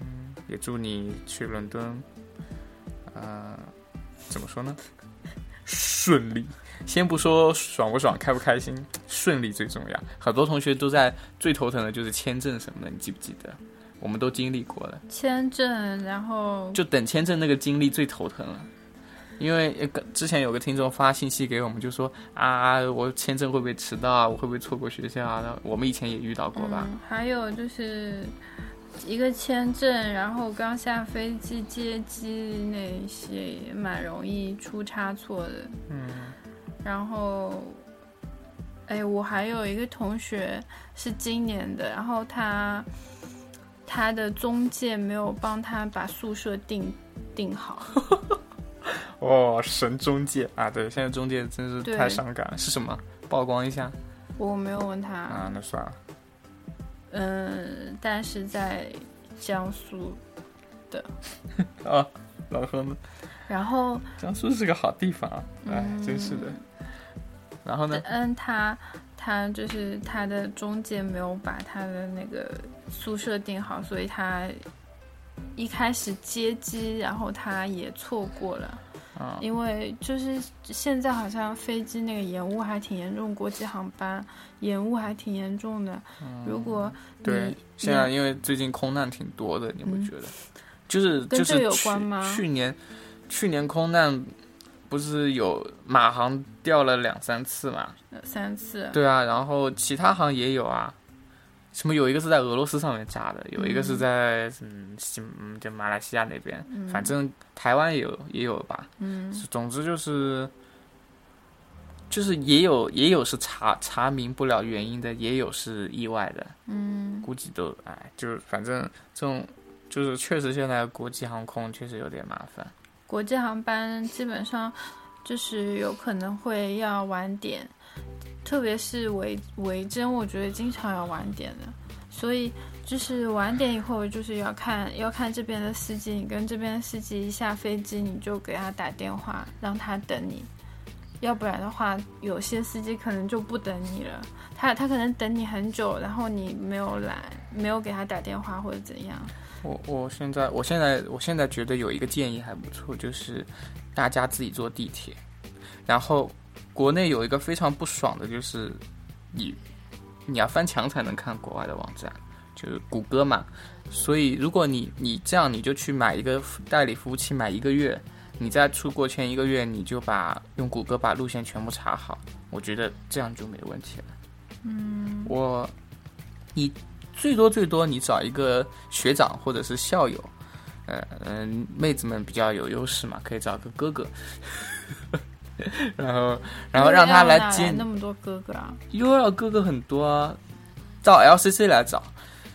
Speaker 1: 嗯也祝你去伦敦，呃，怎么说呢？顺利。先不说爽不爽、开不开心，顺利最重要。很多同学都在最头疼的就是签证什么的，你记不记得？我们都经历过了，
Speaker 2: 签证，然后
Speaker 1: 就等签证那个经历最头疼了。因为呃之前有个听众发信息给我们，就说啊，我签证会不会迟到啊？我会不会错过学校啊？那我们以前也遇到过吧？
Speaker 2: 嗯，还有就是一个签证，然后刚下飞机接机那些也蛮容易出差错的。
Speaker 1: 嗯
Speaker 2: 然后，哎，我还有一个同学是今年的，然后他他的中介没有帮他把宿舍定
Speaker 1: [LAUGHS]
Speaker 2: 定好，
Speaker 1: 哦，神中介啊！对，现在中介真是
Speaker 2: 对
Speaker 1: 太伤感了。是什么？曝光一下
Speaker 2: 我没有问他。呃
Speaker 1: 啊？那算了。
Speaker 2: 嗯，但是在江苏的。
Speaker 1: 啊，然后呢？
Speaker 2: 然后，
Speaker 1: 江苏是个好地方啊，哎，真是的。然后呢？
Speaker 2: 嗯，他他就是他的中介没有把他的那个宿舍定好，所以他一开始接机，然后他也错过了。
Speaker 1: 啊，
Speaker 2: 因为就是现在好像飞机那个延误还挺严重，国际航班延误还挺严重的。如果你
Speaker 1: 嗯对，现在因为最近空难挺多的，你会觉得，就是
Speaker 2: 嗯跟
Speaker 1: 就
Speaker 2: 这
Speaker 1: 是
Speaker 2: 有
Speaker 1: 去
Speaker 2: 关吗
Speaker 1: 去年去年空难不是有马航掉了两三次嘛？
Speaker 2: 呃三次，
Speaker 1: 对啊，然后其他航也有啊。什么？有一个是在俄罗斯上面炸的，有一个是在嗯西嗯就马来西亚那边，反正台湾也有也有吧。
Speaker 2: 嗯，
Speaker 1: 总之就是，就是也有也有是查查明不了原因的，也有是意外的。嗯，估计都哎，就是反正这种就是确实现在国际航空确实有点麻烦。
Speaker 2: 国际航班基本上就是有可能会要晚点，特别是维维珍，我觉得经常要晚点的，所以。就是晚点以后，就是要看要看这边的司机，你跟这边的司机一下飞机，你就给他打电话，让他等你。要不然的话，有些司机可能就不等你了，他他可能等你很久，然后你没有来，没有给他打电话或者怎样。
Speaker 1: 我我现在我现在我现在觉得有一个建议还不错，就是大家自己坐地铁。然后国内有一个非常不爽的就是你你要翻墙才能看国外的网站，就是谷歌嘛。所以如果你你这样，你就去买一个代理服务器买一个月，你在出国前一个月你就把用谷歌把路线全部查好，我觉得这样就没问题了。嗯，我你最多最多你找一个学长或者是校友，呃嗯、妹子们比较有优势嘛，可以找个哥哥， [LAUGHS] 然后然后让他
Speaker 2: 来
Speaker 1: 来接你
Speaker 2: 那。么多哥哥啊，
Speaker 1: URL 哥哥很多啊，到 LCC 来找。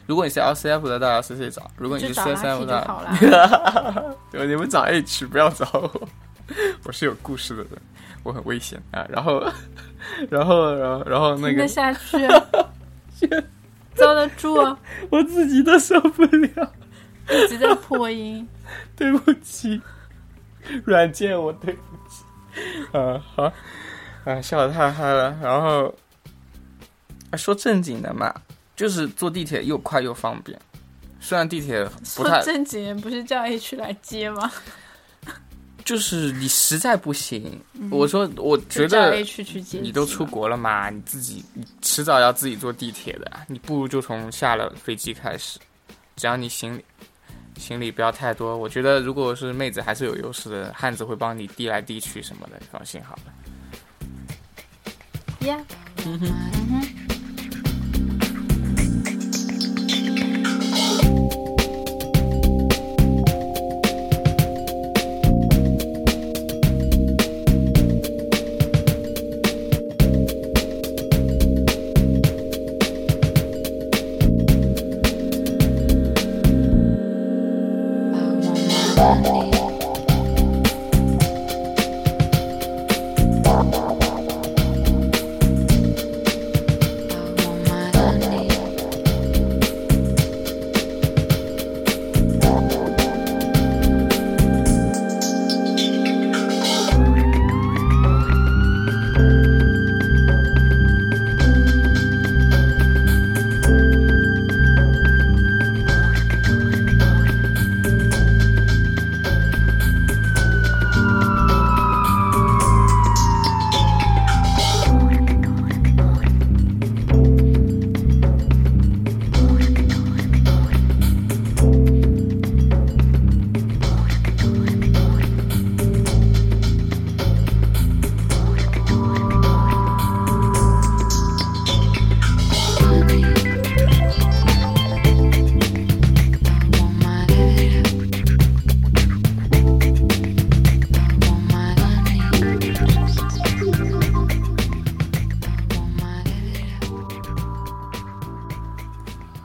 Speaker 1: 如果你是 LCF 的，到 LCC 找；如果你
Speaker 2: 就是找拉
Speaker 1: CSM
Speaker 2: 皮就
Speaker 1: 的，
Speaker 2: 好了。
Speaker 1: 对，你们找 H，不要找我， [LAUGHS] 我是有故事的人，我很危险啊。然后， [LAUGHS] 然后，然后，然后 [LAUGHS] 那
Speaker 2: 听得
Speaker 1: 个，
Speaker 2: 下去，遭得住，啊
Speaker 1: 我自己都受不了，
Speaker 2: 一直在破音。
Speaker 1: 对不起，软件我对不起。啊，好，啊，笑得太嗨了。然后，啊说正经的嘛，就是坐地铁又快又方便。虽然地铁不
Speaker 2: 说
Speaker 1: 太
Speaker 2: 正经人不是叫 H 来接吗？
Speaker 1: 就是你实在不行，我说我觉
Speaker 2: 嗯就叫
Speaker 1: 得
Speaker 2: H 去接
Speaker 1: 你都出
Speaker 2: 机嘛，
Speaker 1: 国了嘛，你自己你迟早要自己坐地铁的，你不如就从下了飞机开始，只要你行李行李不要太多，我觉得如果是妹子还是有优势的，汉子会帮你递来递去什么的，你放心好了。
Speaker 2: 呀，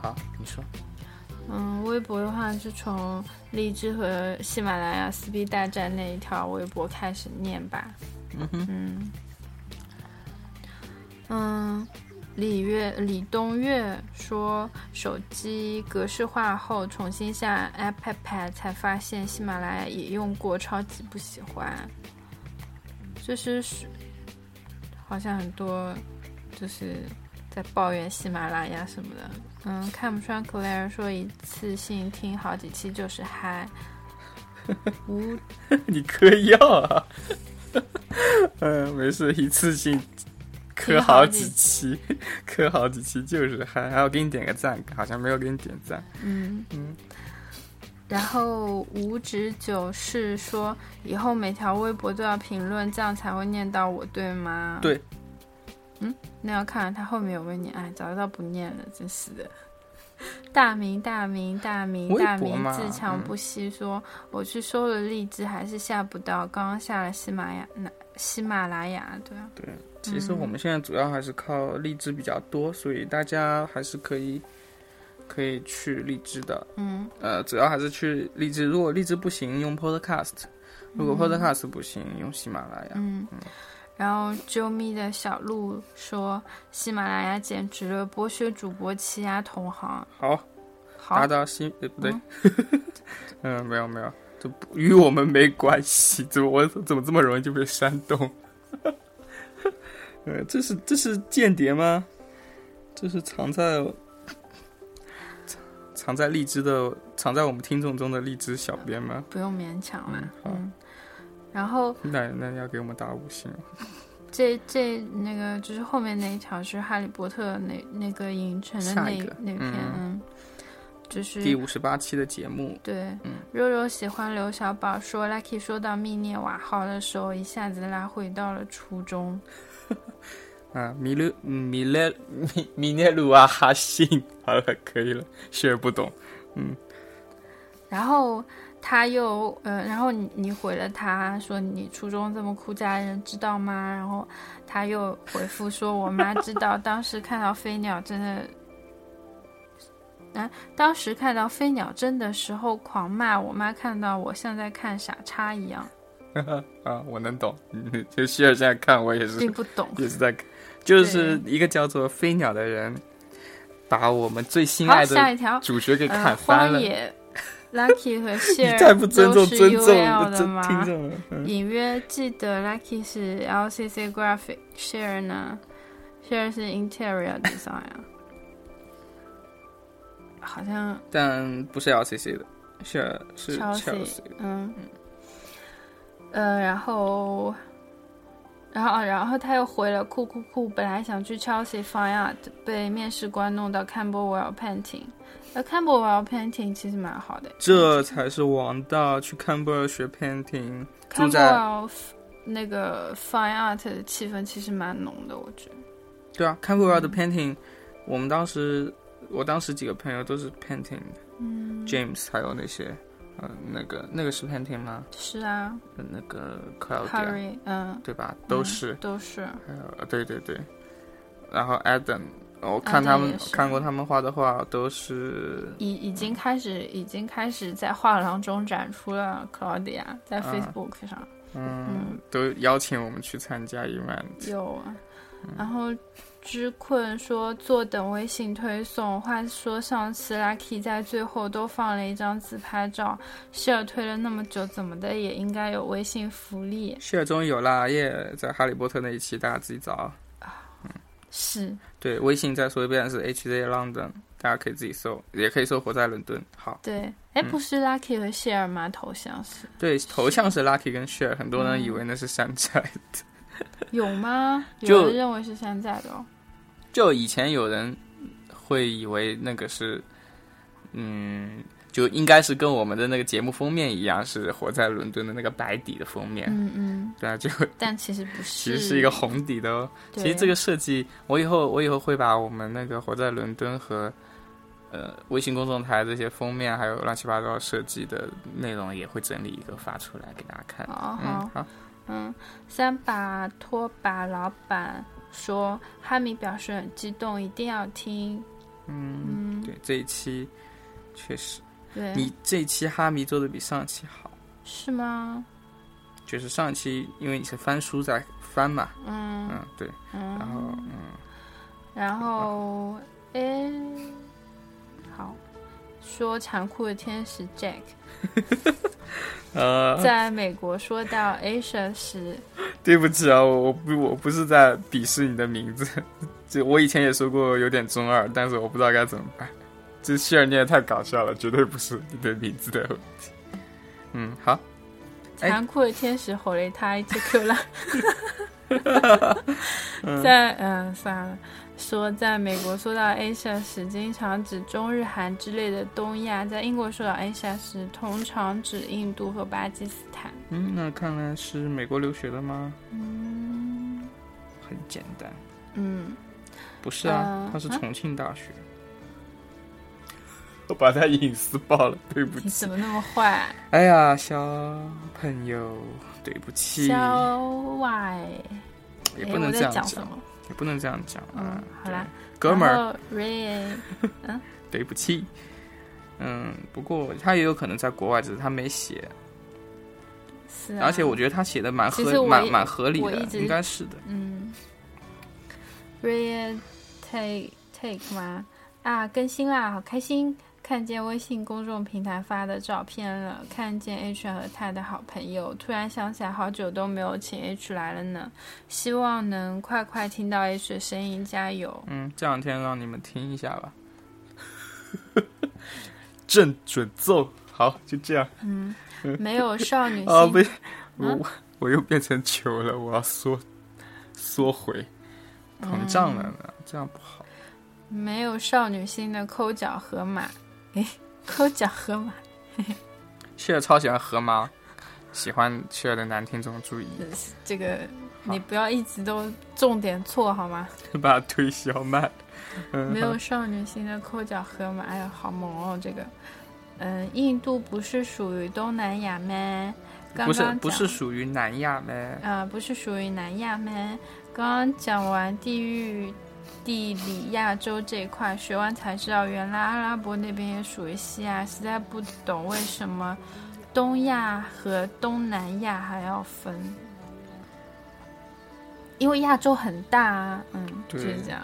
Speaker 1: 好，你说
Speaker 2: 嗯，微博的话就从荔枝和喜马拉雅撕逼大战那一条微博开始念吧。嗯哼，嗯，嗯，李月李东月说，手机格式化后重新下 iPad 才发现喜马拉雅也用过，超级不喜欢。就是好像很多就是在抱怨喜马拉雅什么的。嗯，看不穿 Claire 说一次性听好几期就是嗨。无，
Speaker 1: 你嗑药啊？嗯，没事，一次性嗑好几期，嗑好几期就是嗨。还要给你点个赞，好像没有给你点赞。
Speaker 2: 嗯嗯。然后五指九是说，以后每条微博都要评论，这样才会念到我，对吗？
Speaker 1: 对。
Speaker 2: 嗯，那要看他后面有没有念。哎，早知道不念了，真是的。大明大明大明大明自强不息说：“嗯、我去收了荔枝，还是下不到。刚刚下了喜马雅，那喜马拉雅，对啊。”
Speaker 1: 对，其实我们现在主要还是靠荔枝比较多，所以大家还是可以可以去荔枝的。
Speaker 2: 嗯，
Speaker 1: 呃，主要还是去荔枝。如果荔枝不行，用 Podcast；如果 Podcast 不行，用喜马拉雅。
Speaker 2: 嗯。嗯然后啾咪的小鹿说：“喜马拉雅简直了，剥削主播，欺压同行。”
Speaker 1: 好，
Speaker 2: 好，
Speaker 1: 达到新呃不对， [LAUGHS] 嗯,嗯，没有没有，这与我们没关系。怎么我怎么这么容易就被煽动？ [LAUGHS] 呃嗯，这是这是间谍吗？这是藏在藏藏在荔枝的藏在我们听众中的荔枝小编吗？
Speaker 2: 不用勉强了。
Speaker 1: 嗯、好。
Speaker 2: 然后
Speaker 1: 那那要给我们打五星。
Speaker 2: 这这那个就是后面那一条是《哈利波特那》那那个影城的那那篇，
Speaker 1: 嗯、
Speaker 2: 就是
Speaker 1: 第五十八期的节目。
Speaker 2: 对，
Speaker 1: 嗯、
Speaker 2: 肉肉喜欢刘小宝说，Lucky 说到密涅瓦号的时候，一下子拉回到了初中。
Speaker 1: 啊，米勒米勒米米涅鲁啊哈信，好了，可以了，学不懂，嗯。
Speaker 2: 然后。他又呃，然后你你回了他说你初中这么哭，家人知道吗？然后他又回复说，我妈知道，当时看到飞鸟真的， [LAUGHS] 啊，当时看到飞鸟真的时候狂骂，我妈看到我像在看傻叉一
Speaker 1: [LAUGHS]
Speaker 2: 样。
Speaker 1: 啊，我能懂， [LAUGHS] 就希尔现在看我也是
Speaker 2: 并不懂，
Speaker 1: [LAUGHS] 也是在，就是一个叫做飞鸟的人，把我们最心爱的主角
Speaker 2: 呃
Speaker 1: 给砍翻了。[LAUGHS]
Speaker 2: Lucky 和 Share
Speaker 1: 太不尊重尊重
Speaker 2: 的吗？
Speaker 1: 听众了。嗯、
Speaker 2: 隐约记得 Lucky 是 LCC Graphic，Share 呢？Share 是 Interior Design，好像
Speaker 1: 但不是 LCC 的，Share 是
Speaker 2: Chelsea。嗯，呃，然后，然后，哦然后他又回了酷酷酷，本来想去 Chelsea Fine Art，被面试官弄到 Camberwell Painting。呃，Camberwell painting 其实蛮好的，
Speaker 1: 这才是王道。去 Camberwell 学 painting，住
Speaker 2: 在那个 fine art 的气氛其实蛮浓的，我觉得。
Speaker 1: 对啊，Camberwell 的 painting，、嗯、我们当时，我当时几个朋友都是 painting 的，
Speaker 2: 嗯
Speaker 1: ，James 还有那些，嗯、呃，那个那个是 painting 吗？呃
Speaker 2: 是啊，
Speaker 1: 那个
Speaker 2: Claudia，嗯，
Speaker 1: 对吧？都是、嗯、
Speaker 2: 都是，还
Speaker 1: 有对对对，然后 Adam。我看他们、
Speaker 2: 啊、
Speaker 1: 看过他们画的画，都是
Speaker 2: 已已经开始已经开始在画廊中展出了 Claudia，在 Facebook 上，
Speaker 1: 嗯，嗯都邀请我们去参加 event。
Speaker 2: 有啊，然后知困说坐等微信推送。话说上次 Lucky 在最后都放了一张自拍照，希尔推了那么久，怎么的也应该有微信福利。
Speaker 1: 希尔终于有啦，耶！在哈利波特那一期，大家自己找。
Speaker 2: 是
Speaker 1: 对微信再说一遍是 HZ London，大家可以自己搜，也可以搜“活在伦敦”。好，
Speaker 2: 对，哎，不是 Lucky 和 Share 吗？头像是？
Speaker 1: 对，头像是 Lucky 跟 Share，很多人以为那是山寨的。
Speaker 2: 有吗？有人认为是山寨的哦。
Speaker 1: 就以前有人会以为那个是，嗯，就应该是跟我们的那个节目封面一样，是《活在伦敦》的那个白底的封面。
Speaker 2: 嗯嗯。
Speaker 1: 对啊，就
Speaker 2: 但其实不是，
Speaker 1: 其实是一个红底的哦。其实这个设计，我以后我以后会把我们那个活在伦敦和呃微信公众台这些封面，还有乱七八糟设计的内容，也会整理一个发出来给大家看。
Speaker 2: 哦、
Speaker 1: 嗯，好，
Speaker 2: 嗯，三把拖把老板说，哈米表示很激动，一定要听。
Speaker 1: 嗯，嗯对，这一期确实，
Speaker 2: 对
Speaker 1: 你这一期哈迷做的比上期好，
Speaker 2: 是吗？
Speaker 1: 就是上一期，因为你是翻书在翻嘛，
Speaker 2: 嗯
Speaker 1: 嗯对，然后嗯，嗯
Speaker 2: 然后，哎，好，说残酷的天使 Jack
Speaker 1: 呃，
Speaker 2: 在美国说到 Asia 时，
Speaker 1: 对不起啊，我我不我不是在鄙视你的名字， [LAUGHS] 就我以前也说过有点中二，但是我不知道该怎么办。这希尔你也太搞笑了，绝对不是你的名字的问题。嗯，好，哎
Speaker 2: 残酷的天使吼了他一只 Q 啦，在嗯、算了，说在美国说到 Asia 时，经常指中日韩之类的东亚；在英国说到 Asia 时，通常指印度和巴基斯坦。
Speaker 1: [LAUGHS] 嗯，那看来是美国留学的吗？
Speaker 2: 嗯
Speaker 1: 很简单，
Speaker 2: 嗯。
Speaker 1: 不是啊
Speaker 2: 呃，
Speaker 1: 他是
Speaker 2: 啊
Speaker 1: 重庆大学。我把他隐私爆了，对不
Speaker 2: 你
Speaker 1: 起
Speaker 2: 怎。么那么坏？
Speaker 1: 哎呀，小朋友，对不起，
Speaker 2: 郊外，
Speaker 1: 也
Speaker 2: 诶
Speaker 1: 不能
Speaker 2: 哎我
Speaker 1: 这
Speaker 2: 在
Speaker 1: 样
Speaker 2: 讲
Speaker 1: 讲，
Speaker 2: 什么？
Speaker 1: 也不能这样讲啊
Speaker 2: 嗯。，好啦，
Speaker 1: 对，哥们儿，
Speaker 2: 儿，Ray，
Speaker 1: 对不起。嗯，不过他也有可能在国外，只是他没写。
Speaker 2: 是啊，
Speaker 1: 而且我觉得他写的蛮
Speaker 2: 其实
Speaker 1: 合
Speaker 2: 我
Speaker 1: 蛮
Speaker 2: 一
Speaker 1: 蛮合理
Speaker 2: 我
Speaker 1: 的
Speaker 2: 一，直
Speaker 1: 应该是的。
Speaker 2: 嗯，Ray take take 吗？啊，更新啦，好开心！看见微信公众平台发的照片了，看见 H 和他的好朋友，突然想起来好久都没有请 H 来了呢，希望能快快听到 H 的声音，加油！
Speaker 1: 嗯，这两天让你们听一下吧。 [LAUGHS] 正准奏，好，就这样。
Speaker 2: 没有少女心
Speaker 1: 嗯啊，不，我我又变成球了，我要缩缩回，膨胀了呢，这样不好。
Speaker 2: 没有少女心的抠脚河马，诶，抠脚河马
Speaker 1: 谢尔超喜欢河马，喜欢谢尔的男听众注意，
Speaker 2: 这个
Speaker 1: 好
Speaker 2: 你不要一直都重点错好吗？
Speaker 1: [LAUGHS] 把它推销卖。 [LAUGHS]
Speaker 2: 没有少女心的抠脚河马，哎呀，好萌哦！这个，嗯，印度不是属于东南亚吗？刚
Speaker 1: 不是
Speaker 2: 刚
Speaker 1: 不
Speaker 2: 讲
Speaker 1: 是属于南亚咩？
Speaker 2: 啊、不是属于南亚吗？刚刚讲完地域地理亚洲这一块，学完才知道，原来阿拉伯那边也属于西亚，实在不懂为什么东亚和东南亚还要分，因为亚洲很大啊，嗯，就
Speaker 1: 对
Speaker 2: 是这样，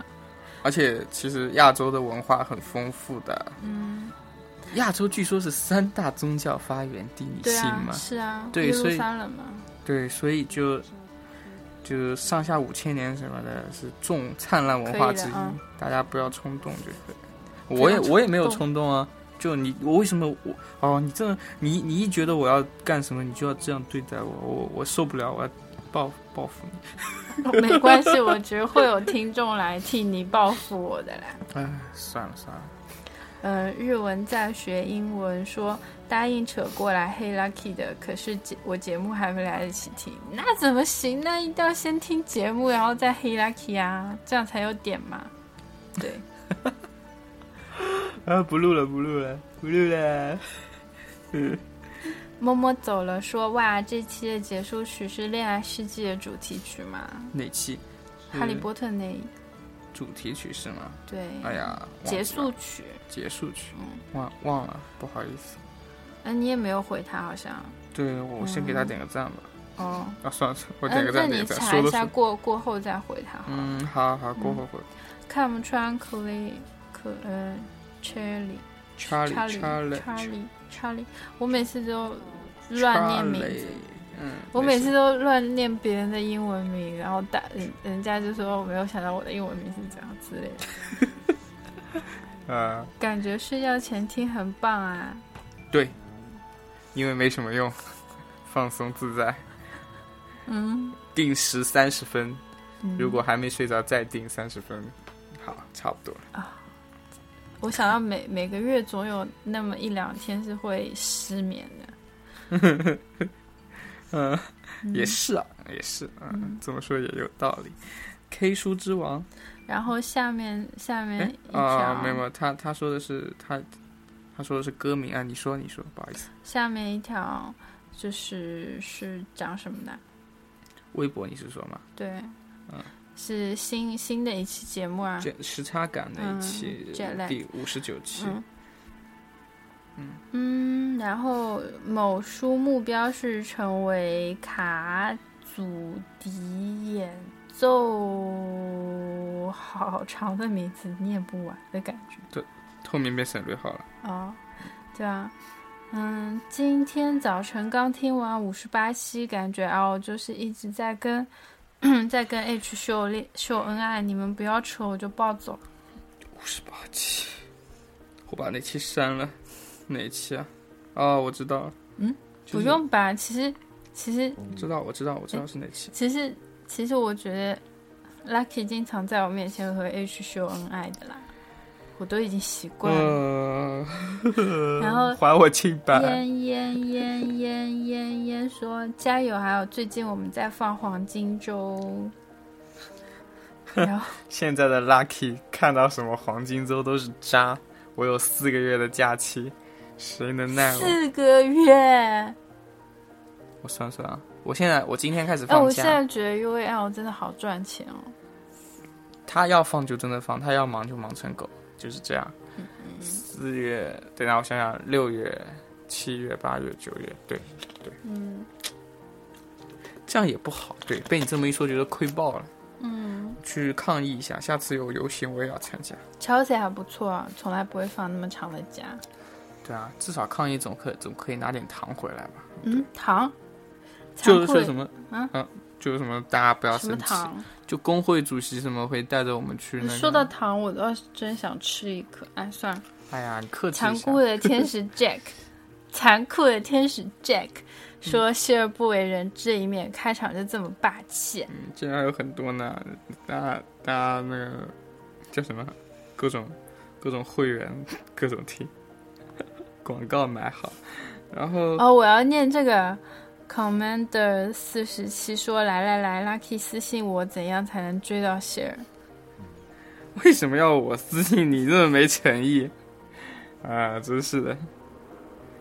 Speaker 1: 而且其实亚洲的文化很丰富的。
Speaker 2: 嗯，
Speaker 1: 亚洲据说是三大宗教发源地，你
Speaker 2: 对
Speaker 1: 信
Speaker 2: 啊，
Speaker 1: 吗？
Speaker 2: 是啊，
Speaker 1: 对
Speaker 2: 耶路
Speaker 1: 所以
Speaker 2: 撒冷嘛， [LAUGHS]
Speaker 1: 对，所以就就上下五千年什么的，是众灿烂文化之一，
Speaker 2: 可以的嗯
Speaker 1: 大家不要冲动就可以。我
Speaker 2: 不要
Speaker 1: 也
Speaker 2: 冲动
Speaker 1: 我也没有冲动啊，就你我为什么我哦，你这你你一觉得我要干什么，你就要这样对待我，我我受不了，我要报报复你。
Speaker 2: 没关系，我觉得会有听众来替你报复我 [LAUGHS] 的啦。
Speaker 1: 哎，算了算了，
Speaker 2: 嗯，日文在学英文说答应扯过来黑 lucky 的，可是节我节目还没来得及听，那怎么行呢？一定要先听节目，然后再黑 lucky 啊，这样才有点
Speaker 1: [LAUGHS]
Speaker 2: 嘛。对，
Speaker 1: 啊，不录了不录了不录了。嗯
Speaker 2: 默默走了说哇，这期的结束曲是《恋爱世纪》的主题曲嘛，
Speaker 1: 哪期？
Speaker 2: 《哈利
Speaker 1: 是
Speaker 2: 波特》那一
Speaker 1: 主题曲是吗？
Speaker 2: 对，
Speaker 1: 哎呀，忘记
Speaker 2: 结
Speaker 1: 了
Speaker 2: 束曲。
Speaker 1: 结束曲，
Speaker 2: 嗯，
Speaker 1: 忘忘了，不好意思。
Speaker 2: 嗯、你也没有回他好像。
Speaker 1: 对，我先
Speaker 2: 嗯
Speaker 1: 给他点个赞吧。
Speaker 2: 哦，
Speaker 1: 啊，算了算了，我点
Speaker 2: 嗯
Speaker 1: 个，
Speaker 2: 那
Speaker 1: 赞，点
Speaker 2: 你
Speaker 1: 个赞，
Speaker 2: 查
Speaker 1: 说
Speaker 2: 一
Speaker 1: 的
Speaker 2: 下
Speaker 1: 是。
Speaker 2: 过过后再回他好了。
Speaker 1: 嗯，好好，过后会。
Speaker 2: 看不穿可丽可呃 Charlie
Speaker 1: Charlie Charlie
Speaker 2: Charlie Charlie，我每次都乱念名字
Speaker 1: Charlie，，嗯，
Speaker 2: 我
Speaker 1: 没
Speaker 2: 每
Speaker 1: 事
Speaker 2: 次都乱念别人的英文名，然后大人人家就说我没有想到我的英文名是这样之类的，
Speaker 1: 呃，
Speaker 2: 感觉睡觉前听很棒啊。
Speaker 1: 因为没什么用， [LAUGHS] 放松自在，
Speaker 2: 嗯，
Speaker 1: 定时三十分，
Speaker 2: 嗯
Speaker 1: 如果还没睡着再定三十分，好，差不多了。
Speaker 2: 我想到每每个月总有那么一两天是会失眠的，
Speaker 1: [LAUGHS] 嗯，
Speaker 2: 嗯
Speaker 1: 也是啊，也是，嗯，这么说也有道理。K 书之王，
Speaker 2: 然后下面下面
Speaker 1: 哎
Speaker 2: 一条、
Speaker 1: 啊，没有没有，他他说的是他他说的是歌名啊，你说你说，不好意思，
Speaker 2: 下面一条就是是讲什么的？
Speaker 1: 微博你是说吗？
Speaker 2: 对，
Speaker 1: 嗯
Speaker 2: 是新新的一期节目啊。
Speaker 1: 这时差感那一期呃
Speaker 2: 嗯，jet lag
Speaker 1: 第五十九期，
Speaker 2: 嗯嗯，然后某书目标是成为卡祖迪演奏好长的名字念不完的感觉
Speaker 1: 后面被省略号了。
Speaker 2: 哦，对啊，嗯，今天早晨刚听完五十八期，感觉哦，就是一直在跟 [COUGHS] 在跟 H 秀恋秀恩爱，你们不要扯，我就暴走。
Speaker 1: 五十八期，我把那期删了，哪一期啊？哦，我知道了。
Speaker 2: 嗯，
Speaker 1: 就是
Speaker 2: 不，用吧，其实其实
Speaker 1: 我知道，我知道，我知道是哪期。
Speaker 2: 其实其实我觉得 Lucky 经常在我面前和 H 秀恩爱的啦，我都已经习惯了。
Speaker 1: 呃，
Speaker 2: 然后
Speaker 1: 还我清白。
Speaker 2: 呃烟烟烟烟烟烟说加油！还有最近我们在放黄金周，
Speaker 1: [LAUGHS]
Speaker 2: 然后
Speaker 1: 现在的 Lucky 看到什么黄金周都是渣。我有四个月的假期，谁能耐我？
Speaker 2: 四个月，哎、
Speaker 1: 我算算啊，我现在我今天开始放
Speaker 2: 哦我现
Speaker 1: 假，
Speaker 2: 在觉得 U A L 真的好赚钱哦。
Speaker 1: 他要放就真的放，他要忙就忙成狗，就是这样。
Speaker 2: 嗯
Speaker 1: 四月，等一下我想想，六月、七月、八月、九月，对，
Speaker 2: 嗯
Speaker 1: 这样也不好。对，被你这么一说，觉得亏爆了，
Speaker 2: 嗯，
Speaker 1: 去抗议一下，下次有游行我也要参加。
Speaker 2: 乔姐还不错啊，从来不会放那么长的假。
Speaker 1: 对啊，至少抗议总可总可以拿点糖回来吧。
Speaker 2: 嗯，糖，
Speaker 1: 就是
Speaker 2: 惭愧
Speaker 1: 说什么，
Speaker 2: 嗯
Speaker 1: 嗯、就是什么，大家不要
Speaker 2: 什么
Speaker 1: 生气。
Speaker 2: 糖？
Speaker 1: 就工会主席什么会带着我们去那
Speaker 2: 你
Speaker 1: 个。
Speaker 2: 说到糖，我倒是真想吃一颗。哎，算了。
Speaker 1: 哎呀，你客气一
Speaker 2: 残
Speaker 1: 下
Speaker 2: 酷。的天使 Jack，残酷的天使 Jack 说：“谢而不为人知的一面，开场就这么霸气。
Speaker 1: 嗯，竟然有很多呢，大家大家那个叫什么，各种各种会员，各种听，广告买好，然后、”
Speaker 2: 哦，我要念这个 Commander 四十七说：“来来来，Lucky 私信我，怎样才能追到谢尔
Speaker 1: 为什么要我私信你这么没诚意？啊，真是的！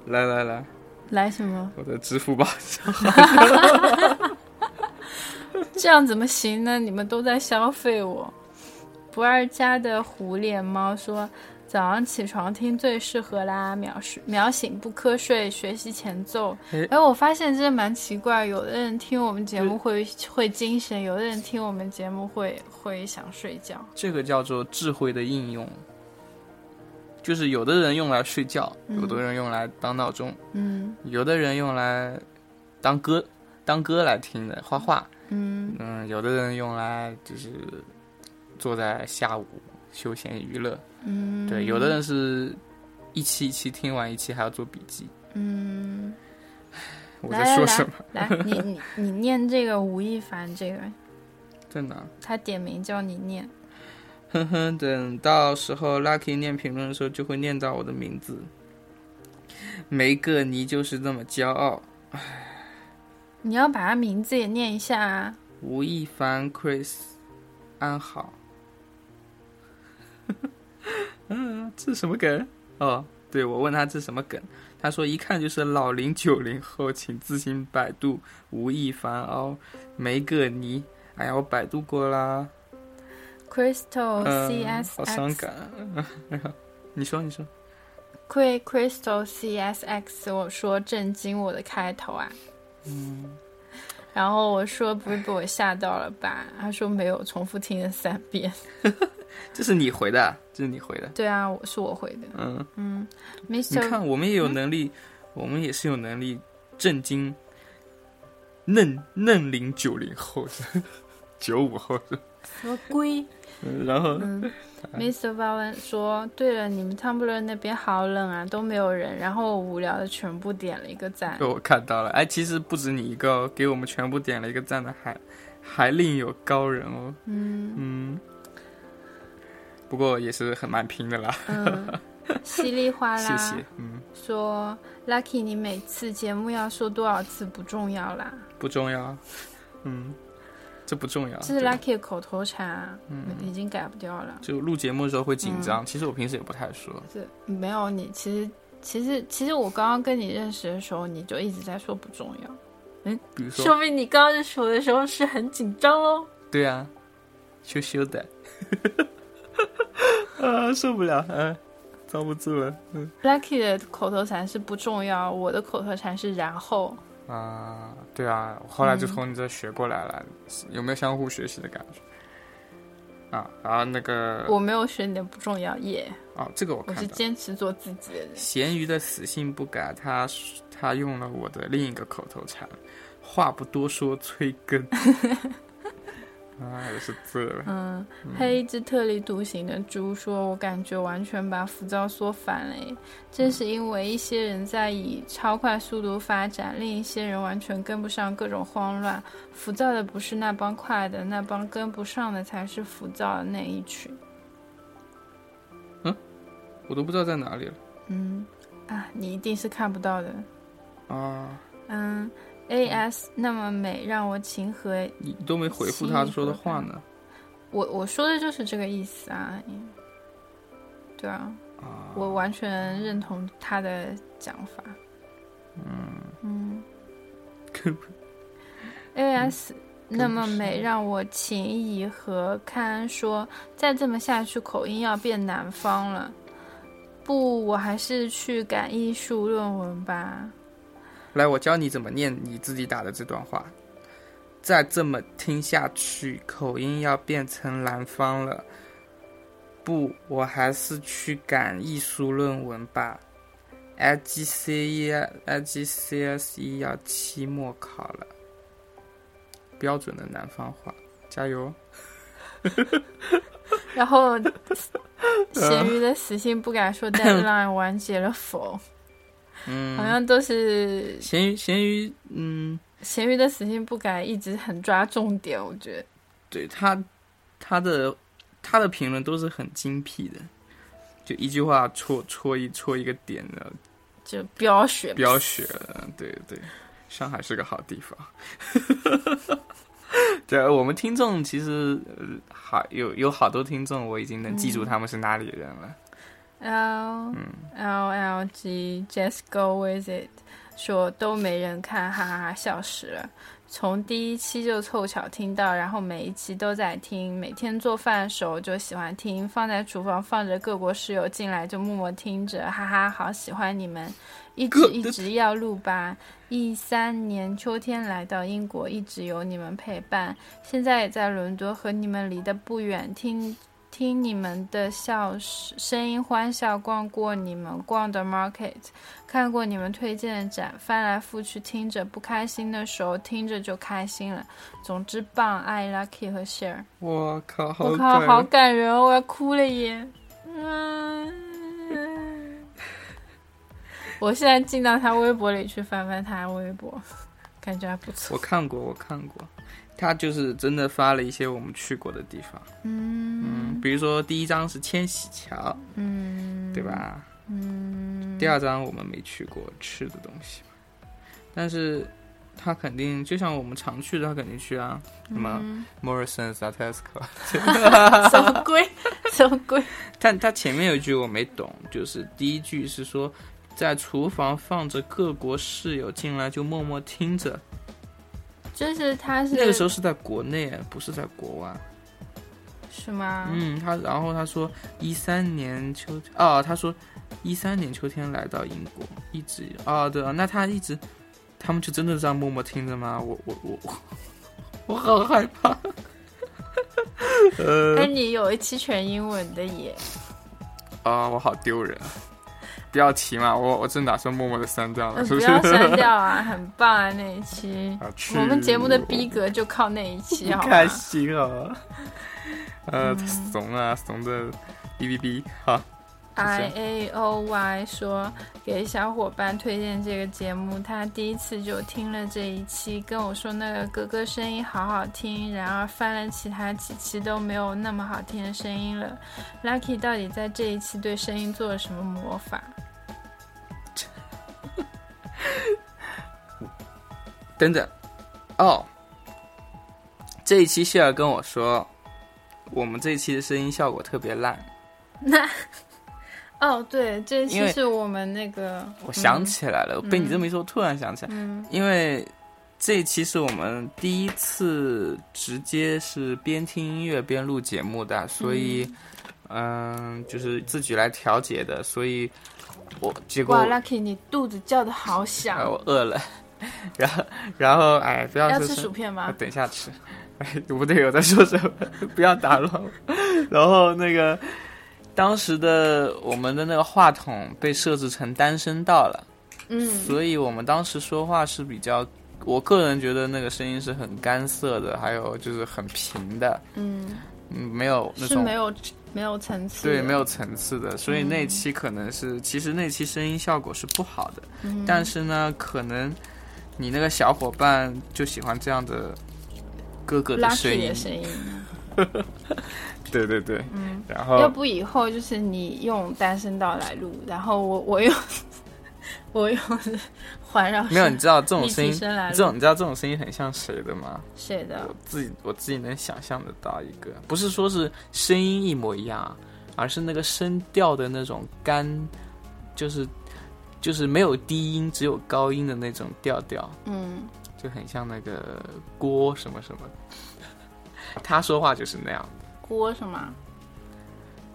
Speaker 1: 来来来，？”
Speaker 2: 来什么？
Speaker 1: 我的支付宝上，
Speaker 2: 这样怎么行呢？你们都在消费我。不二家的虎脸猫说：“早上起床听最适合啦，秒睡秒醒不瞌睡，学习前奏。”
Speaker 1: 哎
Speaker 2: 哎，我发现真的蛮奇怪，有的人听我们节目会会精神，有的人听我们节目会会想睡觉。
Speaker 1: 这个叫做智慧的应用，就是有的人用来睡觉，有的人用来当闹钟，
Speaker 2: 嗯
Speaker 1: 有的人用来当歌当歌来听的，画画，
Speaker 2: 嗯
Speaker 1: 嗯，有的人用来就是坐在下午休闲娱乐，
Speaker 2: 嗯，
Speaker 1: 对，有的人是一期一期听完一期还要做笔记。
Speaker 2: 嗯，
Speaker 1: 我
Speaker 2: 来
Speaker 1: 在说
Speaker 2: 来
Speaker 1: 什么？
Speaker 2: 来，你你你念这个吴亦凡这个，
Speaker 1: 在哪？
Speaker 2: 他点名叫你念。
Speaker 1: 啊哼哼，等到时候 Lucky 念评论的时候就会念到我的名字。没个你就是这么骄傲。
Speaker 2: 你要把他名字也念一下啊！
Speaker 1: 吴亦凡、Chris、安好。 [LAUGHS] 嗯，这是什么梗？哦，对，我问他这是什么梗，他说一看就是老零九零后，请自行百度吴亦凡哦，没个你。哎呀，我百度过啦。
Speaker 2: Crystal
Speaker 1: 嗯
Speaker 2: 哦 C S
Speaker 1: 好伤
Speaker 2: X
Speaker 1: 感。 [LAUGHS] 你说，你说。
Speaker 2: 亏 Crystal C S X，我说震惊我的开头啊，
Speaker 1: 嗯，
Speaker 2: 然后我说不会被我吓到了吧？他说没有，重复听了三遍。 [LAUGHS]
Speaker 1: 这是你回的啊，这是你回的。
Speaker 2: 对啊，我是我回的。
Speaker 1: 嗯，
Speaker 2: 嗯
Speaker 1: 你
Speaker 2: ，Mr.
Speaker 1: 看，我们也有能力，我们也是有能力震惊嫩嫩龄九零后的九五后的，
Speaker 2: 什么龟？
Speaker 1: 嗯然后
Speaker 2: 嗯，Mr. 巴文说，对了，你们 Tumblr 那边好冷啊，都没有人。然后我无聊的全部点了一个赞
Speaker 1: 被。我看到了。哎，其实不止你一个哦，给我们全部点了一个赞的还还另有高人哦。
Speaker 2: 嗯
Speaker 1: 嗯，不过也是很蛮拼的啦， [LAUGHS]
Speaker 2: 嗯，稀里哗啦。
Speaker 1: 谢谢。嗯，
Speaker 2: 说 Lucky，你每次节目要说多少次不重要啦，
Speaker 1: 不重要，嗯，这不重要。啊对
Speaker 2: 这是
Speaker 1: 嗯
Speaker 2: Lucky 的口头禅，已经改不掉了。
Speaker 1: 就录节目的时候会紧张，其实我平时也不太说。
Speaker 2: 这没有你，其实其实其实我刚刚跟你认识的时候，你就一直在说不重要，
Speaker 1: 比如说，
Speaker 2: 说明你刚刚认识我的时候是很紧张哦喽。
Speaker 1: 对啊，羞羞的， [LAUGHS] 啊，受不了，嗯、遭不住了，嗯，
Speaker 2: Lucky 的口头禅是不重要，我的口头禅是然后。
Speaker 1: 啊、对啊，我后来就从你这学过来了，有没有相互学习的感觉？啊，然后那个
Speaker 2: 我没有学你的不重要耶
Speaker 1: 啊，这个我
Speaker 2: 我
Speaker 1: 看
Speaker 2: 是
Speaker 1: 到
Speaker 2: 坚持做自己的人。
Speaker 1: 咸鱼的死性不改，他他用了我的另一个口头禅，话不多说，催更。 [LAUGHS] 啊，也是醉了。
Speaker 2: 嗯，还有一只特立独行的猪说：“我感觉完全把浮躁说反了耶，正是因为一些人在以超快速度发展，另一些人完全跟不上各种慌乱。浮躁的不是那帮快的，那帮跟不上的才是浮躁的那一群。
Speaker 1: 我都不知道在哪里了。”
Speaker 2: 嗯，啊，你一定是看不到的。
Speaker 1: 啊，
Speaker 2: 嗯，A S 那么美，让我情何？
Speaker 1: 你你都没回复他说的话呢。 [LAUGHS]
Speaker 2: 我我说的就是这个意思啊。嗯对啊，
Speaker 1: 啊，
Speaker 2: 我完全认同他的讲法。嗯 A S 那么美，让我情意和看恩说，再这么下去，口音要变南方了。不，我还是去赶艺术论文吧。
Speaker 1: 来，我教你怎么念你自己打的这段话。再这么听下去，口音要变成南方了。不，我还是去赶艺术论文吧。I G C E I G C S E 要期末考了，标准的南方话，加油！
Speaker 2: 然后，咸鱼的死性不敢说 deadline 完结了否？
Speaker 1: 嗯，
Speaker 2: 好像都是
Speaker 1: 咸鱼，咸鱼，嗯，
Speaker 2: 咸鱼的死性不改一直很抓重点，我觉得。
Speaker 1: 对他，他的他的评论都是很精辟的，就一句话戳戳一戳一个点的
Speaker 2: 就飙血，
Speaker 1: 飙血了。对对，上海是个好地方。 [LAUGHS] 对，我们听众其实呃好有有好多听众，我已经能记
Speaker 2: 嗯
Speaker 1: 住他们是哪里人了。
Speaker 2: L L L G Just Go With It，说都没人看，哈哈哈，笑死了。从第一期就凑巧听到，然后每一期都在听，每天做饭的时候就喜欢听，放在厨房放着各国室友进来就默默听着，哈哈，好喜欢你们，一直
Speaker 1: 各
Speaker 2: 一直要录吧。一三年秋天来到英国，一直有你们陪伴，现在也在伦敦，和你们离得不远，听听你们的笑声音欢笑，逛过你们逛的 market，看过你们推荐的展，翻来覆去听着，不开心的时候听着就开心了。总之棒，爱 Lucky 和 Share。
Speaker 1: 我靠，好
Speaker 2: 我靠，好
Speaker 1: 感人
Speaker 2: 感人哦，我要哭了耶！
Speaker 1: [LAUGHS]
Speaker 2: 嗯，我现在进到他微博里去翻翻他微博，感觉还不错。
Speaker 1: 我看过，我看过，他就是真的发了一些我们去过的地方。
Speaker 2: 嗯
Speaker 1: 嗯，比如说第一张是千禧桥，
Speaker 2: 嗯，
Speaker 1: 对？吧？
Speaker 2: 嗯，
Speaker 1: 第二章我们没去过吃的东西嘛，但是他肯定就像我们常去的，他肯定去啊，什么
Speaker 2: 嗯
Speaker 1: Morrison's 啊 Tesco。
Speaker 2: [LAUGHS] 什么鬼？什么鬼？
Speaker 1: 但他前面有一句我没懂，就是第一句是说在厨房放着各国室友进来就默默听着，
Speaker 2: 就是他是
Speaker 1: 那个时候是在国内，不是在国外。
Speaker 2: 是吗？
Speaker 1: 嗯，他然后他说一三年秋哦，他说一三年秋天来到英国，一直哦对啊，那他一直他们就真的这样默默听着吗？我我我我我好害怕。[LAUGHS]
Speaker 2: 哎，
Speaker 1: 呃
Speaker 2: 你有一期全英文的耶，
Speaker 1: [LAUGHS] 啊、我好丢人，不要提嘛，我我正打算默默的删掉了，
Speaker 2: 嗯
Speaker 1: 啊是
Speaker 2: 不
Speaker 1: 不是？
Speaker 2: 要删掉啊，很棒啊那一
Speaker 1: [LAUGHS]
Speaker 2: 期。
Speaker 1: 啊去
Speaker 2: 我们节目的逼格就靠那一期，好
Speaker 1: 不
Speaker 2: 吗？
Speaker 1: [LAUGHS] 开
Speaker 2: 嗯
Speaker 1: 心啊，呃，怂啊，怂的哔哔哔，好，
Speaker 2: I A O Y 说给小伙伴推荐这个节目，他第一次就听了这一期，跟我说那个哥哥声音好好听，然而翻了其他几期都没有那么好听的声音了。Lucky 到底在这一期对声音做了什么魔法？
Speaker 1: 等等，哦，这一期谢尔跟我说，我们这一期的声音效果特别烂。
Speaker 2: 哦，对，这一
Speaker 1: 因
Speaker 2: 期
Speaker 1: 为
Speaker 2: 是我们那个，
Speaker 1: 我想起来了，
Speaker 2: 嗯
Speaker 1: 被你这么一说，突然想起来，
Speaker 2: 嗯，
Speaker 1: 因为这一期是我们第一次直接是边听音乐边录节目的，所以，嗯、就是自己来调节的，所以我结果
Speaker 2: 哇，Lucky 你肚子叫的好响
Speaker 1: 啊，，我饿了， [LAUGHS] 然后然后哎，不要
Speaker 2: 要
Speaker 1: 说
Speaker 2: 吃
Speaker 1: 是
Speaker 2: 薯片
Speaker 1: 啊
Speaker 2: 吗？
Speaker 1: 等一下吃。 [LAUGHS] 哎，我队友在说什么？ [LAUGHS] 不要打乱我。然后那个当时的我们的那个话筒被设置成单声道了，
Speaker 2: 嗯，
Speaker 1: 所以我们当时说话是比较，我个人觉得那个声音是很干涩的，还有就是很平的，
Speaker 2: 嗯，
Speaker 1: 嗯，没有那
Speaker 2: 是
Speaker 1: 种
Speaker 2: 没有没有层次的，
Speaker 1: 对没有层次的，所以那期可能是、其实那期声音效果是不好的，
Speaker 2: 嗯，
Speaker 1: 但是呢，可能你那个小伙伴就喜欢这样的哥哥的
Speaker 2: 拉
Speaker 1: 声
Speaker 2: 皮
Speaker 1: 音
Speaker 2: 的，声音。
Speaker 1: 对对对，嗯，然
Speaker 2: 要
Speaker 1: 后
Speaker 2: 不以后就是你用单声道来录，然后我我用我用 [LAUGHS] 环绕声
Speaker 1: 没有，你知道这种
Speaker 2: 立
Speaker 1: 声
Speaker 2: 体
Speaker 1: 音，
Speaker 2: 声来
Speaker 1: 这
Speaker 2: 录
Speaker 1: 种你知道这种声音很像谁的吗？
Speaker 2: 谁的
Speaker 1: 我？自己我自己能想象得到一个，不是说是声音一模一样啊，而是那个声调的那种干，就是就是没有低音，只有高音的那种调调，
Speaker 2: 嗯，
Speaker 1: 就很像那个郭什么什么，他说话就是那样，
Speaker 2: 郭什么？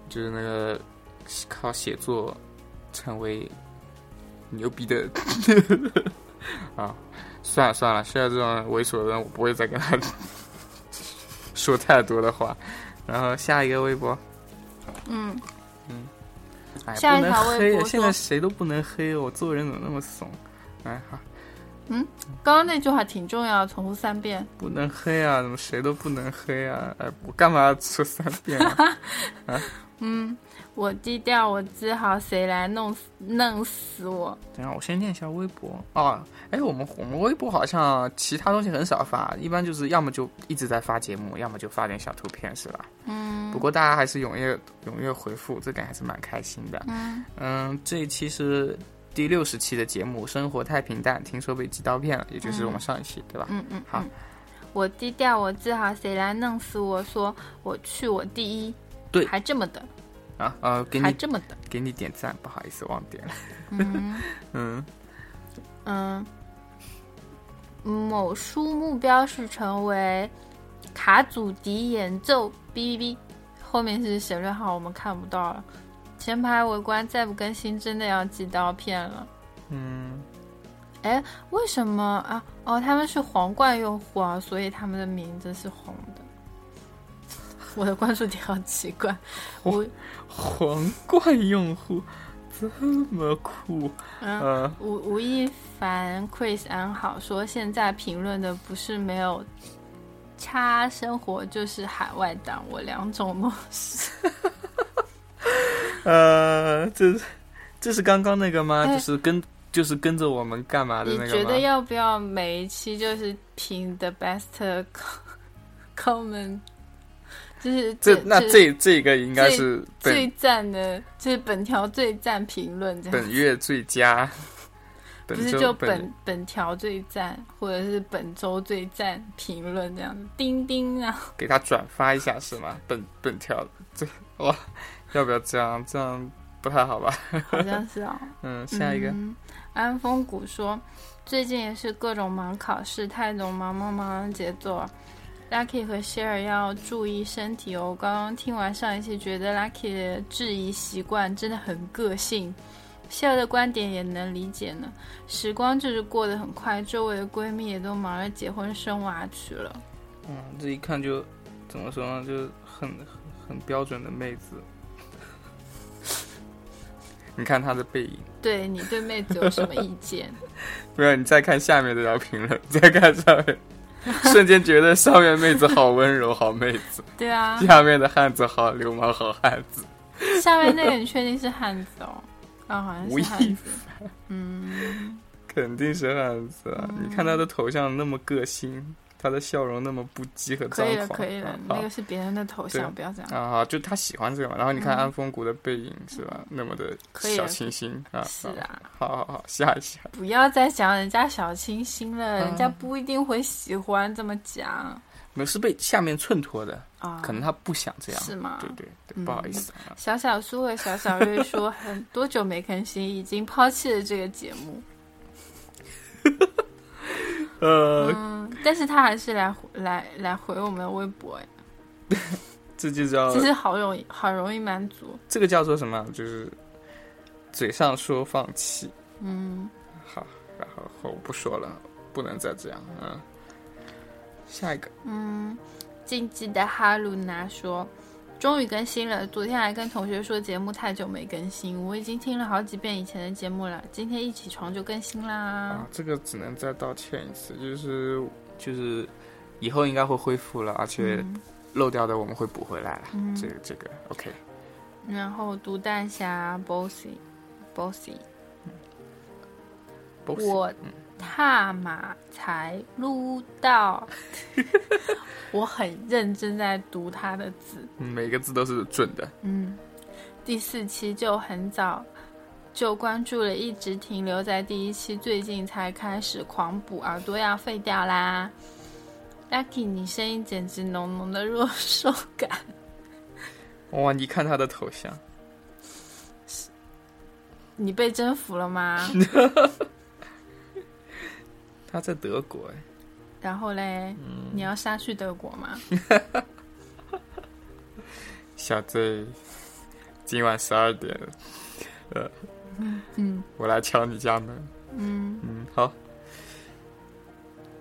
Speaker 1: 就是那个靠写作成为牛逼的 [LAUGHS] 啊！算了算了，现在这种猥琐的人，我不会再跟他 [LAUGHS] 说太多的话。然后下一个微博，
Speaker 2: 嗯，
Speaker 1: 哎，
Speaker 2: 下一
Speaker 1: 不能
Speaker 2: 条
Speaker 1: 黑
Speaker 2: 微博，
Speaker 1: 现在
Speaker 2: 说
Speaker 1: 谁都不能黑，我做人怎么那么怂？哎，好，
Speaker 2: 刚刚那句话挺重要，重复三遍。
Speaker 1: 不能黑啊，怎么谁都不能黑啊？哎，我干嘛要说三遍啊？
Speaker 2: 嗯，我低调，我自豪，谁来弄死弄死我？
Speaker 1: 等一下，我先念一下微博哦。哎，我们我们微博好像其他东西很少发，一般就是要么就一直在发节目，要么就发点小图片，是吧？
Speaker 2: 嗯
Speaker 1: 不过大家还是踊跃踊跃回复，这点还是蛮开心的。
Speaker 2: 嗯
Speaker 1: 嗯，这一期是第六十期的节目，生活太平淡，听说被寄刀片了，也就是我们上一期，对吧？
Speaker 2: 嗯嗯，
Speaker 1: 好
Speaker 2: 嗯。我低调，我自豪，谁来弄死我？说我去，我第一。
Speaker 1: 对
Speaker 2: 还这么的，
Speaker 1: 啊呃，给
Speaker 2: 嗯还
Speaker 1: 你
Speaker 2: 这么的。
Speaker 1: 给你点赞，不好意思忘点了。
Speaker 2: 嗯
Speaker 1: [LAUGHS] 嗯，
Speaker 2: 嗯，某书目标是成为卡祖笛演奏，哔哔哔。后面是省略号，我们看不到了。前排围观，再不更新，真的要寄刀片了。
Speaker 1: 嗯，
Speaker 2: 为什么啊？哦，他们是皇冠用户啊，所以他们的名字是红的。 [LAUGHS] 我的关注点好奇怪，我
Speaker 1: 皇冠用户这么酷，
Speaker 2: 嗯，
Speaker 1: 呃，
Speaker 2: 吴吴亦凡、Chris 安好说，现在评论的不是没有差生活，就是海外党，我两种都是。
Speaker 1: [LAUGHS] 呃，这是这是刚刚那个吗？
Speaker 2: 哎
Speaker 1: 就是跟就是跟着我们干嘛的
Speaker 2: 你
Speaker 1: 那
Speaker 2: 觉
Speaker 1: 个
Speaker 2: 得
Speaker 1: 吗？
Speaker 2: 要不要每一期就是评 the best comment，就是
Speaker 1: 这那
Speaker 2: 就是
Speaker 1: 这这个应该
Speaker 2: 最
Speaker 1: 是
Speaker 2: 最
Speaker 1: 本
Speaker 2: 赞的，就是本条最赞评论这样。
Speaker 1: 本月最佳，
Speaker 2: 不
Speaker 1: 本
Speaker 2: 是
Speaker 1: 周
Speaker 2: 就
Speaker 1: 本
Speaker 2: 本本条最赞，或者是本周最赞评论这样子，钉钉啊，
Speaker 1: 给他转发一下是吗？本本条最哇，要不要这样？这样不太好吧？
Speaker 2: 好像是哦。
Speaker 1: 嗯，下一个，
Speaker 2: 嗯安风谷说，最近也是各种忙考试，太懂忙忙忙的节奏啊。Lucky 和 Share 要注意身体哦。我刚刚听完上一期，觉得 Lucky 的质疑习惯真的很个性，Share 的观点也能理解呢。时光就是过得很快，周围的闺蜜也都忙着结婚生娃去了。
Speaker 1: 嗯，这一看就怎么说呢？就很很标准的妹子。 [LAUGHS] 你看她的背影，
Speaker 2: 对你对妹子有什么意见？ [LAUGHS]
Speaker 1: 不要，你再看下面这条评论，再看上面， [LAUGHS] 瞬间觉得上面妹子好温柔，好妹子；
Speaker 2: 对啊，
Speaker 1: 下面的汉子好流氓，好汉子。
Speaker 2: 下面那个你确定是汉子哦？啊、好像
Speaker 1: 吴
Speaker 2: 是
Speaker 1: 亦
Speaker 2: 汉子
Speaker 1: 凡。 [LAUGHS]
Speaker 2: 嗯，
Speaker 1: 肯定是汉子啊！你看他的头像那么个性，他的笑容那么不羁和张
Speaker 2: 可以了，
Speaker 1: 狂。
Speaker 2: 可以了
Speaker 1: 啊，
Speaker 2: 那个是别人的头
Speaker 1: 对
Speaker 2: 像，不要这样。
Speaker 1: 啊，好就他喜欢这个嘛。然后你看
Speaker 2: 嗯
Speaker 1: 安风谷的背影是吧？那么的
Speaker 2: 可以
Speaker 1: 小清新啊！
Speaker 2: 是
Speaker 1: 啊，
Speaker 2: 啊，
Speaker 1: 好好好，下一下。
Speaker 2: 不要再讲人家小清新了，
Speaker 1: 嗯
Speaker 2: 人家不一定会喜欢这么讲
Speaker 1: 没是被下面衬托的，
Speaker 2: 啊。
Speaker 1: 可能他不想这样。
Speaker 2: 是吗
Speaker 1: 对？对对，
Speaker 2: 嗯
Speaker 1: 不好意思啊。
Speaker 2: 小小苏和小小瑞说，很多久没更新，已经抛弃了这个节目。
Speaker 1: 呃，
Speaker 2: 嗯，但是他还是来回来来回我们的微博，哎，
Speaker 1: 这就叫
Speaker 2: 其实好容易好容易满足。
Speaker 1: 这个叫做什么？就是嘴上说放弃，
Speaker 2: 嗯，
Speaker 1: 好，然后我不说了，不能再这样。嗯，下一个，
Speaker 2: 嗯，禁忌的哈鲁娜说：“终于更新了，昨天还跟同学说节目太久没更新，我已经听了好几遍以前的节目了，今天一起床就更新啦
Speaker 1: 啊。，这个只能再道歉一次，就是就是以后应该会恢复了，而且
Speaker 2: 嗯
Speaker 1: 漏掉的我们会补回来了。
Speaker 2: 嗯
Speaker 1: 这个这个 OK，
Speaker 2: 然后毒蛋侠 bossy，bossy，
Speaker 1: 不行
Speaker 2: 我踏马才撸到，我很认真在读他的字。
Speaker 1: 嗯每个字都是准的。
Speaker 2: 嗯，第四期就很早就关注了，一直停留在第一期，最近才开始狂补，耳朵要废掉啦。Lucky，你声音简直浓浓的弱受感，
Speaker 1: 哇，你看他的头像，
Speaker 2: [LAUGHS] 你被征服了 [LAUGHS] 吗？
Speaker 1: 他在德国哎，
Speaker 2: 然后嘞，你要杀去德国吗？
Speaker 1: 小 Z，今晚十二点了，呃，
Speaker 2: 嗯
Speaker 1: 我来敲你家门。
Speaker 2: 嗯
Speaker 1: 嗯，好，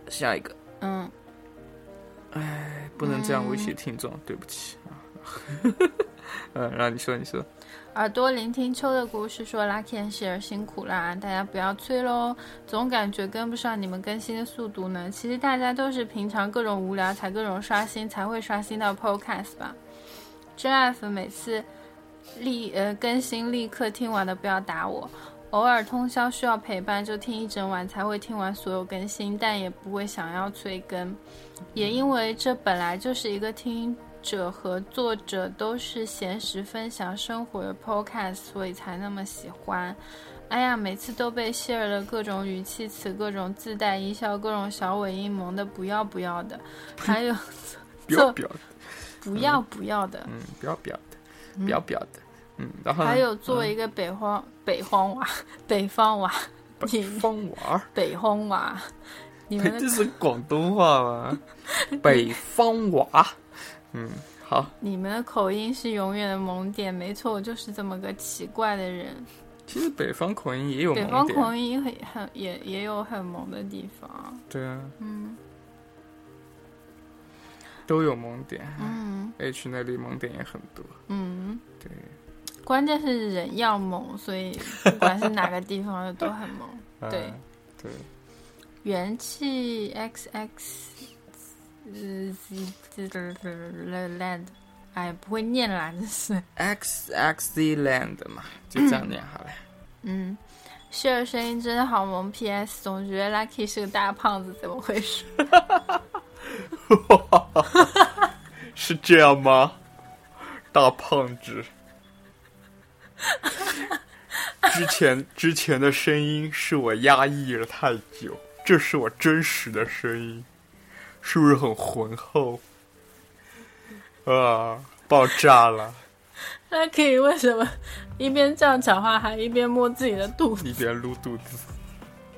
Speaker 1: 下一个，
Speaker 2: 嗯，
Speaker 1: 不能这样威胁听众，对不起 [LAUGHS] 啊。嗯，然后你说，你说，
Speaker 2: 耳朵聆听秋的故事说，Lucky and Share 辛苦啦，大家不要催喽，总感觉跟不上你们更新的速度呢。其实大家都是平常各种无聊才各种刷新，才会刷新到 Podcast 吧。真爱粉每次立呃更新立刻听完的不要打我，偶尔通宵需要陪伴就听一整晚才会听完所有更新，但也不会想要催更。也因为这本来就是一个听者和作者都是闲时分享生活的 podcast，所以才那么喜欢。哎呀，每次都被 share 了各种语气词、各种自带音效、各种小尾音，萌的不要不要
Speaker 1: [LAUGHS]
Speaker 2: 的，还有
Speaker 1: 不要
Speaker 2: 做
Speaker 1: 不要的，
Speaker 2: 不要不要的，
Speaker 1: 嗯，不要不要的，不要不要的，嗯，然后呢
Speaker 2: 还有作为一个北荒、北荒娃、北方娃、
Speaker 1: 嗯北
Speaker 2: 你
Speaker 1: 方娃儿，
Speaker 2: 北荒娃，你们
Speaker 1: 这
Speaker 2: 的
Speaker 1: 是广东话
Speaker 2: [LAUGHS]
Speaker 1: 吗？北方娃，嗯，好，
Speaker 2: 你们的口音是永远的萌点，没错，我就是这么个奇怪的人。
Speaker 1: 其实北方口音也有
Speaker 2: 北
Speaker 1: 萌
Speaker 2: 方口
Speaker 1: 点，
Speaker 2: 音很很也也有很萌的地方，
Speaker 1: 对啊，
Speaker 2: 嗯
Speaker 1: 都有萌点。
Speaker 2: 嗯
Speaker 1: H 那里萌点也很多，
Speaker 2: 嗯，
Speaker 1: 对，
Speaker 2: 关键是人要萌，所以不管是哪个地方的都很萌。
Speaker 1: 嗯
Speaker 2: 对
Speaker 1: 对，
Speaker 2: 元气 X X 呃 Z Z land，哎，不会念啦，真是。
Speaker 1: X X Z Land 嘛，就这样念好了。
Speaker 2: 嗯，秀儿声音真的好萌。P.S. 总觉得 Lucky 是个大胖子，怎么回事？
Speaker 1: 是这样吗？大胖子。之前之前的声音是我压抑了太久，这是我真实的声音，是不是很浑厚？啊，爆炸了！
Speaker 2: Lucky 为什么一边这样讲话，还一边摸自己的肚子？
Speaker 1: 一边撸肚子。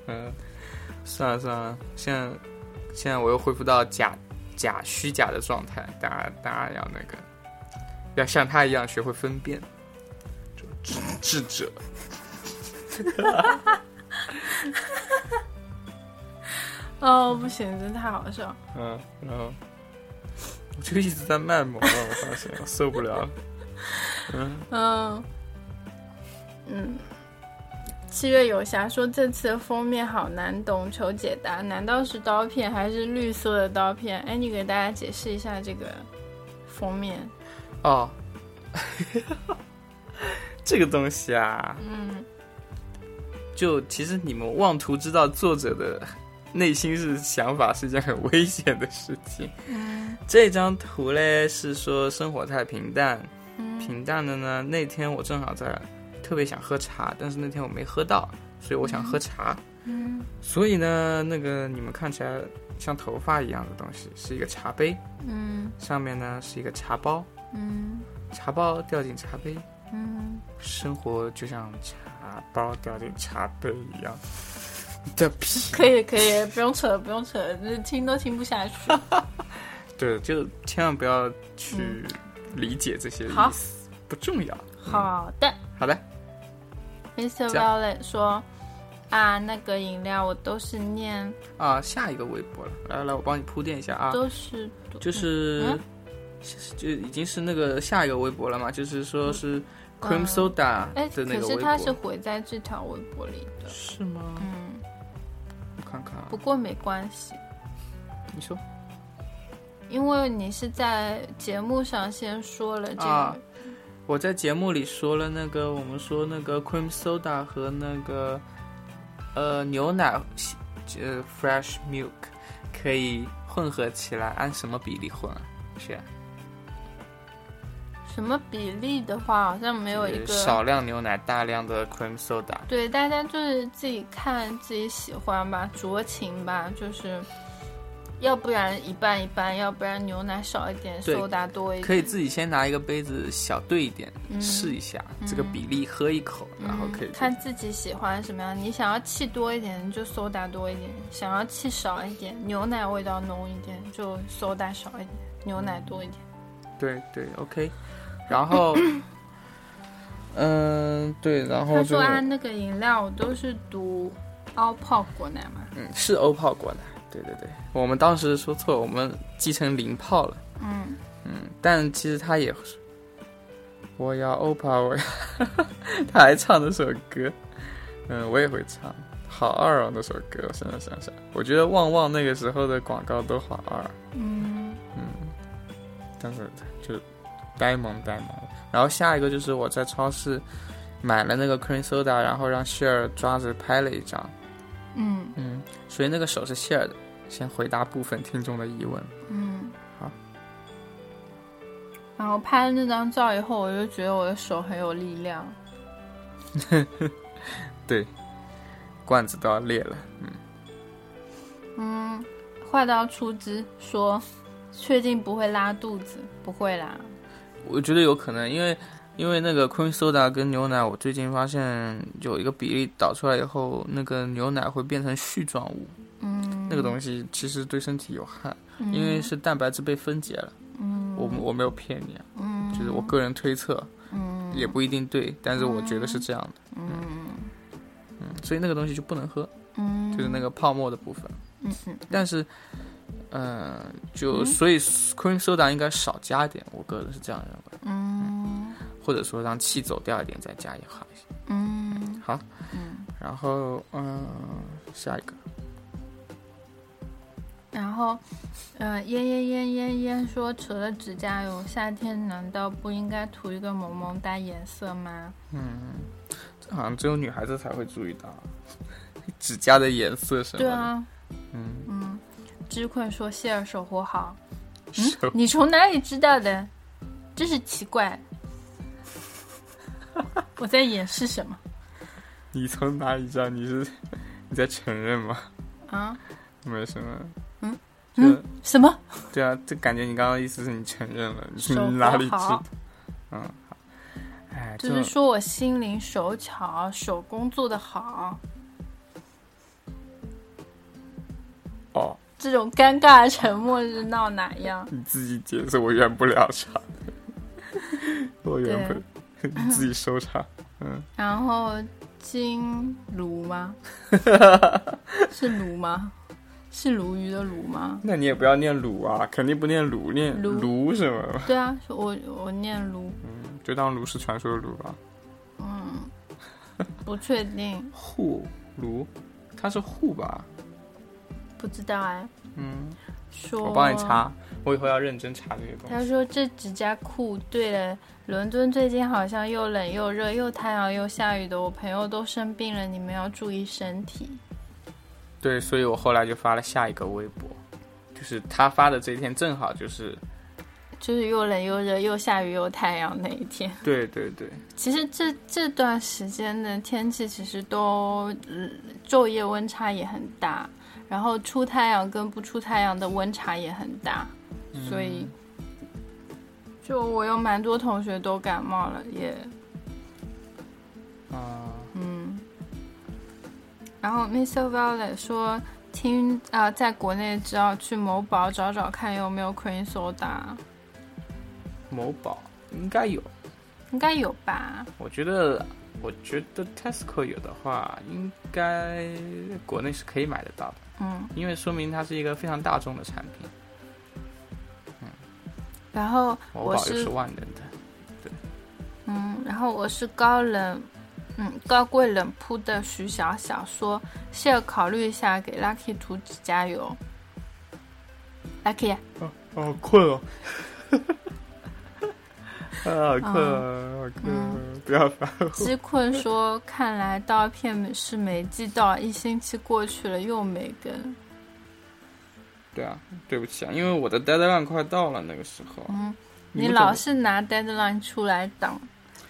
Speaker 1: 嗯，算了算了，现在现在我又恢复到假假虚假的状态，大家大家要那个，要像他一样学会分辨，智智者。
Speaker 2: 哦，不行，真太好笑。
Speaker 1: 嗯，然后我就一直在卖萌了，我发现我受不了了。嗯，
Speaker 2: 嗯，嗯，七月有侠说这次的封面好难懂，求解答。难道是刀片还是绿色的刀片？哎，你给大家解释一下这个封面。
Speaker 1: 哦，这个东西啊，
Speaker 2: 嗯
Speaker 1: 就其实你们妄图知道作者的内心是想法是一件很危险的事情。
Speaker 2: 嗯
Speaker 1: 这张图嘞是说生活太平淡，
Speaker 2: 嗯
Speaker 1: 平淡的呢，那天我正好在特别想喝茶，但是那天我没喝到，所以我想喝茶。
Speaker 2: 嗯
Speaker 1: 所以呢，那个你们看起来像头发一样的东西是一个茶杯，
Speaker 2: 嗯
Speaker 1: 上面呢是一个茶包，
Speaker 2: 嗯
Speaker 1: 茶包掉进茶杯，
Speaker 2: 嗯，
Speaker 1: 生活就像茶包掉进茶杯一样的皮。
Speaker 2: 可以可以，不用扯了不用扯了，这听都听不下去。
Speaker 1: [LAUGHS] 对，就千万不要去理解这些
Speaker 2: 好
Speaker 1: 意思，不重要。
Speaker 2: 好的。
Speaker 1: 好的，这
Speaker 2: Mr. Violet 说：“啊那个饮料，我都是念
Speaker 1: 啊，下一个微博了，来来，我帮你铺垫一下啊，
Speaker 2: 都是读
Speaker 1: 就是、
Speaker 2: 嗯
Speaker 1: 是就已经是那个下一个微博了嘛，就是说是 cream soda
Speaker 2: 嗯哎，
Speaker 1: 的那个
Speaker 2: 可
Speaker 1: 微
Speaker 2: 是
Speaker 1: 博，
Speaker 2: 它是回在这条微博里的，
Speaker 1: 是吗？
Speaker 2: 嗯，
Speaker 1: 我看看啊
Speaker 2: 不，过没关系，
Speaker 1: 你说
Speaker 2: 因为你是在节目上先说了这个，
Speaker 1: 啊我在节目里说了那个，我们说那个 cream soda 和那个呃牛奶呃 fresh milk 可以混合起来，按什么比例混啊？是啊
Speaker 2: 什么比例的话，好像没有一
Speaker 1: 就是
Speaker 2: 个
Speaker 1: 呃少量牛奶，大量的 cream soda。
Speaker 2: 对，大家就是自己看自己喜欢吧，酌情吧，就是，要不然一半一半，要不然牛奶少一点，
Speaker 1: 对
Speaker 2: 苏打多一点。
Speaker 1: 可以自己先拿一个杯子小兑一点，试一下这个比例，喝一口，然后可以
Speaker 2: 嗯看自己喜欢什么样。你想要气多一点，你就苏打多一点；想要气少一点，牛奶味道浓一点，就苏打少一点，牛奶多一点。
Speaker 1: 对对，OK。然
Speaker 2: [LAUGHS]
Speaker 1: 后，嗯，对，然后
Speaker 2: 他
Speaker 1: 就
Speaker 2: 说啊，那个饮料我都是读凹泡果奶嘛。
Speaker 1: 嗯是欧泡果奶，对对对，我们当时说错了，我们记成零泡了，
Speaker 2: 嗯，
Speaker 1: 嗯，但其实他也是，我要欧泡，我要， [LAUGHS] 他还唱那首歌，嗯，我也会唱，好二哦那首歌，我现在想想，我觉得旺旺那个时候的广告都好二。
Speaker 2: 嗯，
Speaker 1: 但是就呆萌呆萌。然后下一个就是我在超市买了那个 cream soda，然后让谢尔抓着拍了一张，
Speaker 2: 嗯，
Speaker 1: 嗯，所以那个手是谢尔的。先回答部分听众的疑问，
Speaker 2: 嗯，
Speaker 1: 好。
Speaker 2: 然后拍了那张照以后，我就觉得我的手很有力量。
Speaker 1: 罐子都要裂了。
Speaker 2: 嗯，坏到出汁说，确定不会拉肚子？不会啦。
Speaker 1: 我觉得有可能，因为因为那个 cream soda 跟牛奶，我最近发现有一个比例倒出来以后，那个牛奶会变成絮状物，
Speaker 2: 嗯，
Speaker 1: 那个东西其实对身体有害，
Speaker 2: 嗯
Speaker 1: 因为是蛋白质被分解了。
Speaker 2: 嗯
Speaker 1: 我我没有骗你啊，
Speaker 2: 嗯
Speaker 1: 就是我个人推测，
Speaker 2: 嗯
Speaker 1: 也不一定对，但是我觉得是这样的。
Speaker 2: 嗯
Speaker 1: 嗯，所以那个东西就不能喝，
Speaker 2: 嗯
Speaker 1: 就是那个泡沫的部分。
Speaker 2: 嗯嗯
Speaker 1: 但是，嗯、就所以 cream soda 应该少加一点，我个人是这样认为，
Speaker 2: 嗯
Speaker 1: 或者说让气走掉一点再加也好一些。
Speaker 2: 嗯
Speaker 1: 好，
Speaker 2: 嗯，
Speaker 1: 然后嗯、下一个
Speaker 2: 然后呃，烟烟烟烟烟说，除了指甲油，夏天难道不应该涂一个萌萌哒颜色吗？
Speaker 1: 好像只有女孩子才会注意到 [LAUGHS] 指甲的颜色什么的。
Speaker 2: 对啊，
Speaker 1: 嗯，
Speaker 2: 嗯，知困说谢尔守
Speaker 1: [LAUGHS]
Speaker 2: 护好，嗯
Speaker 1: 手
Speaker 2: 你从哪里知道的？真是奇
Speaker 1: [LAUGHS]
Speaker 2: 怪。我在掩饰什么
Speaker 1: [LAUGHS] 你从哪里知道？你是 [LAUGHS] 你在承认吗？
Speaker 2: 啊？
Speaker 1: 没什么。
Speaker 2: 嗯
Speaker 1: 就。
Speaker 2: 什么？
Speaker 1: 对啊，这感觉你刚刚意思是你承认了，你
Speaker 2: 手
Speaker 1: 哪
Speaker 2: 不
Speaker 1: 里知
Speaker 2: 好
Speaker 1: 道？嗯，好哎，
Speaker 2: 就
Speaker 1: 这
Speaker 2: 是
Speaker 1: 种
Speaker 2: 说我心灵手巧，手工做得好，
Speaker 1: 哦，
Speaker 2: 这种尴尬的沉默是闹哪样？
Speaker 1: 你自己解 [LAUGHS] 释，我圆不了场，我圆不了， [LAUGHS] 你自己收场。
Speaker 2: 然后金鲈吗？是鲈吗？是鲈鱼的鲈吗？
Speaker 1: 那你也不要念鲁啊，肯定不念鲁，念
Speaker 2: 卢
Speaker 1: 卢什么？
Speaker 2: 对啊，我我念鲈，
Speaker 1: 就当卢氏传说的啊卢吧。
Speaker 2: 嗯，不确定，
Speaker 1: 户卢，它是户吧？
Speaker 2: 不知道哎。
Speaker 1: 嗯，
Speaker 2: 说
Speaker 1: 我帮你查，我以后要认真查这些东
Speaker 2: 他
Speaker 1: 西。
Speaker 2: 说这指甲裤，对了，伦敦最近好像又冷又热，又太阳又下雨的，我朋友都生病了，你们要注意身体。
Speaker 1: 对，所以我后来就发了下一个微博，就是他发的这一天正好就是，
Speaker 2: 就是又冷又热又下雨又太阳那一天。
Speaker 1: 对对对，
Speaker 2: 其实这这段时间的天气其实都、嗯昼夜温差也很大，然后出太阳跟不出太阳的温差也很大，所以就我有蛮多同学都感冒了，也
Speaker 1: 啊、
Speaker 2: 嗯，然后 Miss Violet 说，听啊、呃在国内只要去某宝找找看有没有 cream soda，
Speaker 1: 某宝应该有。
Speaker 2: 应该有吧？
Speaker 1: 我觉得
Speaker 3: 我觉得 Tesco 有的话，应该国内是可以买得到的，
Speaker 2: 嗯，
Speaker 3: 因为说明它是一个非常大众的产品。
Speaker 2: 然后
Speaker 3: 某
Speaker 2: 我
Speaker 3: 宝又
Speaker 2: 是
Speaker 3: 是万能的，
Speaker 2: 嗯，然后我是高冷，嗯，高贵冷铺的徐小小说，谢尔考虑一下给 Lucky 涂指甲油。Lucky，
Speaker 3: [LAUGHS] 哦，好困 [LAUGHS] 哦。啊，好困啊，好困啊！不要烦我。
Speaker 2: 鸡困说，看来刀片是没寄到，一星期过去了又没更。
Speaker 3: 对啊，对不起啊，因为我的 deadline 快到了，那个时候。
Speaker 2: 嗯，
Speaker 3: 你
Speaker 2: 你
Speaker 3: 们
Speaker 2: 老
Speaker 3: 懂
Speaker 2: 是拿 deadline 出来挡，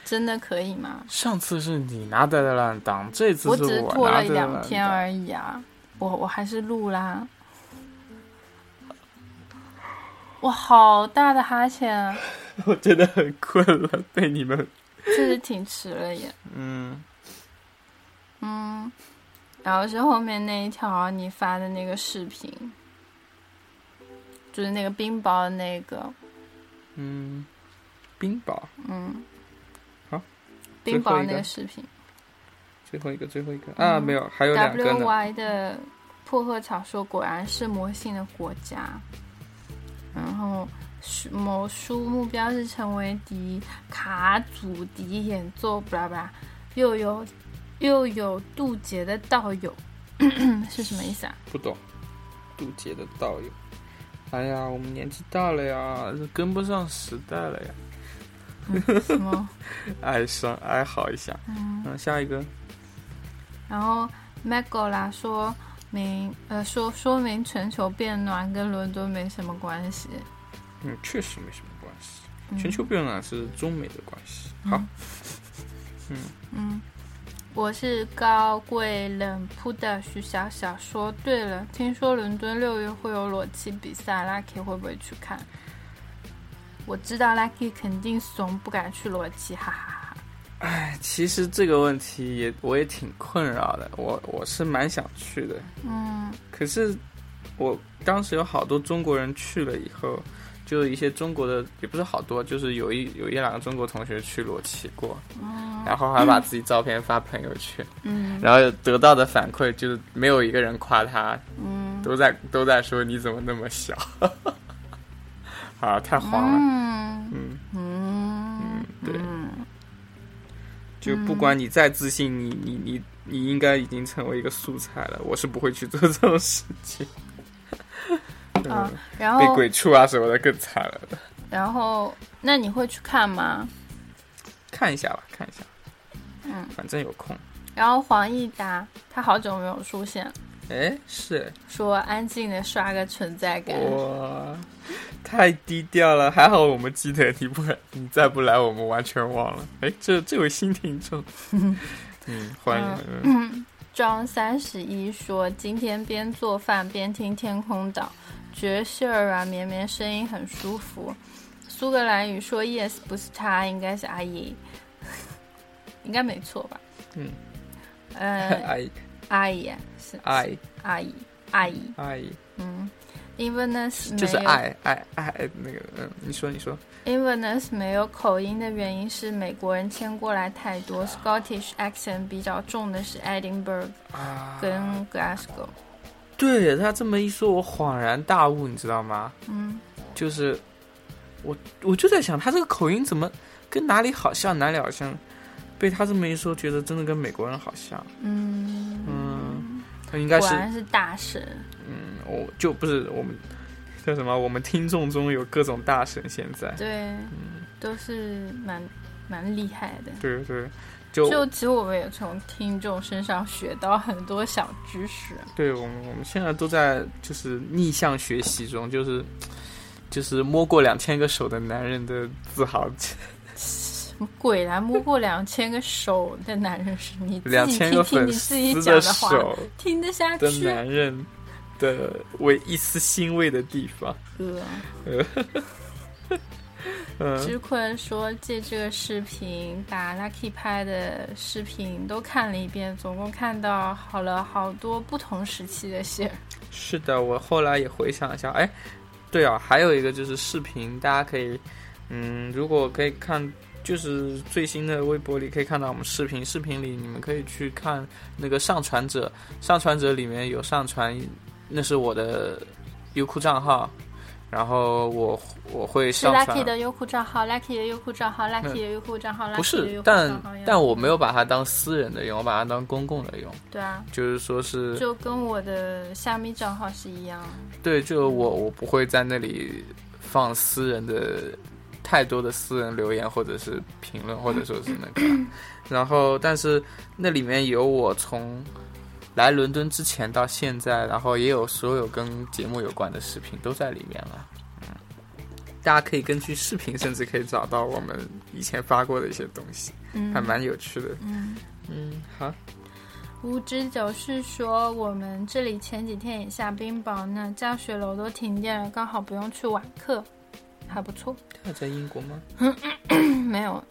Speaker 2: 真的可以吗？
Speaker 3: 上次是你拿 deadline 当，这次
Speaker 2: 我
Speaker 3: 是
Speaker 2: 只是
Speaker 3: 我
Speaker 2: 拖
Speaker 3: 拿
Speaker 2: 了一两
Speaker 3: deadline
Speaker 2: 天
Speaker 3: 当
Speaker 2: 而已啊，我我还是录啦。哇，好大的哈欠啊！
Speaker 3: 我真的很 [LAUGHS] 困了，被你们
Speaker 2: 确实挺迟了也。
Speaker 3: 嗯，
Speaker 2: 嗯，然后是后面那一条你发的那个视频，就是那个冰雹的那个，
Speaker 3: 嗯，冰雹，
Speaker 2: 嗯，
Speaker 3: 好，
Speaker 2: 冰
Speaker 3: 最后
Speaker 2: 雹
Speaker 3: 一个
Speaker 2: 那个视频
Speaker 3: 最后一个，最后一个啊，
Speaker 2: 嗯
Speaker 3: 没有，还有两个
Speaker 2: ，W
Speaker 3: 呢。
Speaker 2: Y 的薄荷草说果然是魔性的国家，然后是某书目标是成为笛卡祖笛演奏，巴拉巴拉，又有又有渡劫的道友 [COUGHS] 是什么意思啊？
Speaker 3: 不懂，渡劫的道友。哎呀，我们年纪大了呀，跟不上时代了呀，
Speaker 2: 什么？
Speaker 3: 哀伤哀嚎一下。
Speaker 2: 嗯。
Speaker 3: 嗯，下一个，
Speaker 2: 然后 m a g o l a 说明，呃，说说明全球变暖跟伦敦没什么关系。
Speaker 3: 嗯，确实没什么关系。
Speaker 2: 嗯
Speaker 3: 全球变暖是中美的关系。好，
Speaker 2: 嗯，我是高贵冷酷的徐小小说。对了，听说伦敦六月会有裸骑比赛，Lucky 会不会去看？我知道 Lucky 肯定怂，不敢去裸骑，哈哈哈哈。
Speaker 3: 哎，其实这个问题也我也挺困扰的，我我是蛮想去的，
Speaker 2: 嗯
Speaker 3: 可是我当时有好多中国人去了以后，就一些中国的也不是好多，就是有一有一两个中国同学去裸骑过，然后还把自己照片发朋友圈，
Speaker 2: 嗯
Speaker 3: 然后得到的反馈就是没有一个人夸他，
Speaker 2: 嗯
Speaker 3: 都在都在说你怎么那么小， [LAUGHS] 啊，太黄了，
Speaker 2: 嗯
Speaker 3: 嗯，
Speaker 2: 嗯，
Speaker 3: 对
Speaker 2: 嗯
Speaker 3: 就不管你再自信，你你你你应该已经成为一个素材了，我是不会去做这种事情。
Speaker 2: 啊
Speaker 3: 嗯，
Speaker 2: 然
Speaker 3: 被
Speaker 2: 后
Speaker 3: 鬼畜啊什么的更惨了。
Speaker 2: 然后，那你会去看吗？
Speaker 3: 看一下吧，看一下。
Speaker 2: 嗯，
Speaker 3: 反正有空。
Speaker 2: 然后黄义达他好久没有出现，
Speaker 3: 哎，是
Speaker 2: 说安静的刷个存在感。 [CLEARS THROAT]
Speaker 3: 哇，太低调了。还好我们记得你不，你再不来，我们完全忘了。哎，这这位新听众，嗯，欢迎。嗯
Speaker 2: 庄三十一说今天边做饭边听《天空岛》，觉得细儿软绵绵，声音很舒服。苏格兰语说 yes 不是他，应该是阿姨， [LAUGHS] 应该没错吧？
Speaker 3: 嗯，
Speaker 2: 呃，
Speaker 3: 哎
Speaker 2: [LAUGHS] 阿姨啊是
Speaker 3: 爱
Speaker 2: 阿姨阿姨，
Speaker 3: 爱，
Speaker 2: 嗯，Inverness [LAUGHS] 没有
Speaker 3: 就是爱爱爱那个，嗯，你说你说，
Speaker 2: Inverness 没有口音的原因是美国人迁过来太多，Scottish accent 比较重的是 Edinburgh
Speaker 3: 啊
Speaker 2: 跟 Glasgow。
Speaker 3: 对他这么一说，我恍然大悟，你知道吗？
Speaker 2: 嗯，
Speaker 3: 就是我我就在想，他这个口音怎么跟哪里好像，哪里好像？被他这么一说，觉得真的跟美国人好像。
Speaker 2: 嗯
Speaker 3: 嗯，应该
Speaker 2: 果
Speaker 3: 是，
Speaker 2: 然是大神。
Speaker 3: 嗯，我就不是我们 [LAUGHS] 叫什么，我们听众中有各种大神，现在，
Speaker 2: 对，
Speaker 3: 嗯，
Speaker 2: 都是蛮蛮厉害的。
Speaker 3: 对对，就
Speaker 2: 就其实我们也从听众身上学到很多小知识。
Speaker 3: 对我们我们现在都在就是逆向学习中，就是就是摸过两千个手的男人的自豪，
Speaker 2: 什么鬼啦？摸过两千个手的男人是你自
Speaker 3: 两
Speaker 2: 己
Speaker 3: 千
Speaker 2: 听
Speaker 3: 个
Speaker 2: 听
Speaker 3: 粉
Speaker 2: 你自己
Speaker 3: 丝
Speaker 2: 讲
Speaker 3: 的
Speaker 2: 的话，
Speaker 3: 手
Speaker 2: 听得下
Speaker 3: [LAUGHS] 的
Speaker 2: 去？
Speaker 3: 男人的为一丝欣慰的地方，
Speaker 2: 呃。
Speaker 3: 嗯。
Speaker 2: 知坤说借这个视频把 Lucky 拍的视频都看了一遍，总共看到好了好多不同时期的戏。
Speaker 3: 是的，我后来也回想一下，哎，对啊，还有一个就是视频，大家可以，嗯，如果可以看就是最新的微博里可以看到我们视频，视频里你们可以去看那个上传者，上传者里面有上传，那是我的优酷账号，然后我我会
Speaker 2: 是
Speaker 3: 上
Speaker 2: Lucky
Speaker 3: 传。
Speaker 2: 的优酷账号，Lucky 的优酷账号，Lucky 的优酷账号，Lucky
Speaker 3: 不
Speaker 2: 的
Speaker 3: 是
Speaker 2: 优，酷
Speaker 3: 但
Speaker 2: 账号一样
Speaker 3: 但我没有把它当私人的用，我把它当公共的用，
Speaker 2: 对啊，
Speaker 3: 就是说是
Speaker 2: 就跟我的虾米账号是一样。
Speaker 3: 对，就我我不会在那里放私人的太多的私人留言或者是评论，或者说是那个。啊
Speaker 2: [LAUGHS]
Speaker 3: 然后，但是那里面有我从来伦敦之前到现在，然后也有所有跟节目有关的视频都在里面了。嗯，大家可以根据视频，甚至可以找到我们以前发过的一些东西，
Speaker 2: 嗯，
Speaker 3: 还蛮有趣的。
Speaker 2: 嗯。
Speaker 3: 嗯，好，
Speaker 2: 无知九是说，我们这里前几天也下冰雹呢，教学楼都停电了，刚好不用去晚课，还不错。 [COUGHS]
Speaker 3: 他在英国吗？
Speaker 2: 没有，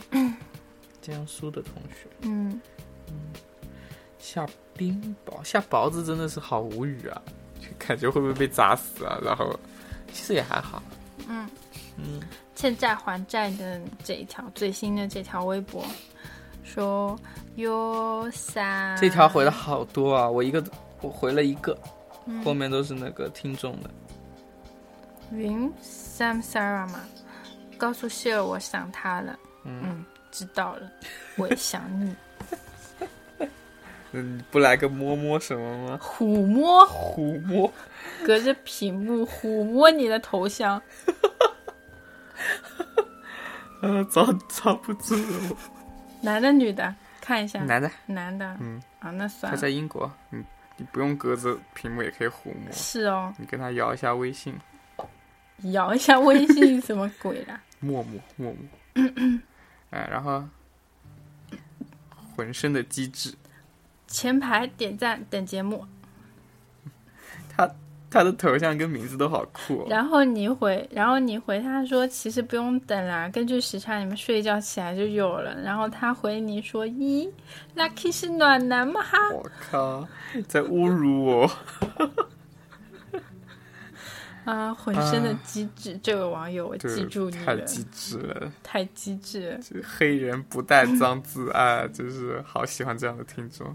Speaker 3: 江苏的同学。
Speaker 2: 嗯，
Speaker 3: 下冰雹，下雹子真的是好无语啊，就感觉会不会被砸死啊？然后其实也还好，
Speaker 2: 欠债还债的这一条最新的这条微博说哟三，
Speaker 3: 这条回了好多啊，我一个我回了一个，后面都是那个听众的，
Speaker 2: 云 Sam Sarah 嘛，告诉希尔我想他了，嗯知道了，我也想你。
Speaker 1: 嗯，不来个摸摸什么吗？
Speaker 2: 虎摸
Speaker 1: 虎摸，
Speaker 2: 隔着屏幕虎摸你的头像，
Speaker 1: 呃，遭遭不住了。
Speaker 2: 男的女的，看一下，
Speaker 3: 男的，
Speaker 2: 男的，
Speaker 1: 嗯，
Speaker 2: 啊，那算
Speaker 3: 他
Speaker 2: 了，
Speaker 3: 在英国，嗯，
Speaker 1: 你不用隔着屏幕也可以虎摸，
Speaker 2: 是哦，
Speaker 1: 你跟他摇一下微信，
Speaker 2: 摇一下微信什么鬼啦？ [LAUGHS]
Speaker 1: 陌陌陌陌，哎，然后浑身的机智，
Speaker 2: 前排点赞等节目，
Speaker 1: 他的头像跟名字都好酷哦。
Speaker 2: 然后你回，然后你回他说其实不用等啦，根据时差你们睡一觉起来就有了。然后他回你说咦，lucky 是暖男吗？哈，
Speaker 1: 我靠，在侮辱我！
Speaker 2: 啊，浑身的机智，这位网友我
Speaker 1: 这
Speaker 2: 记住你
Speaker 1: [LAUGHS] 太
Speaker 2: 了，
Speaker 1: 机智了，
Speaker 2: 太机智了。
Speaker 1: 这黑人不带脏字啊，就是好喜欢这样的听众。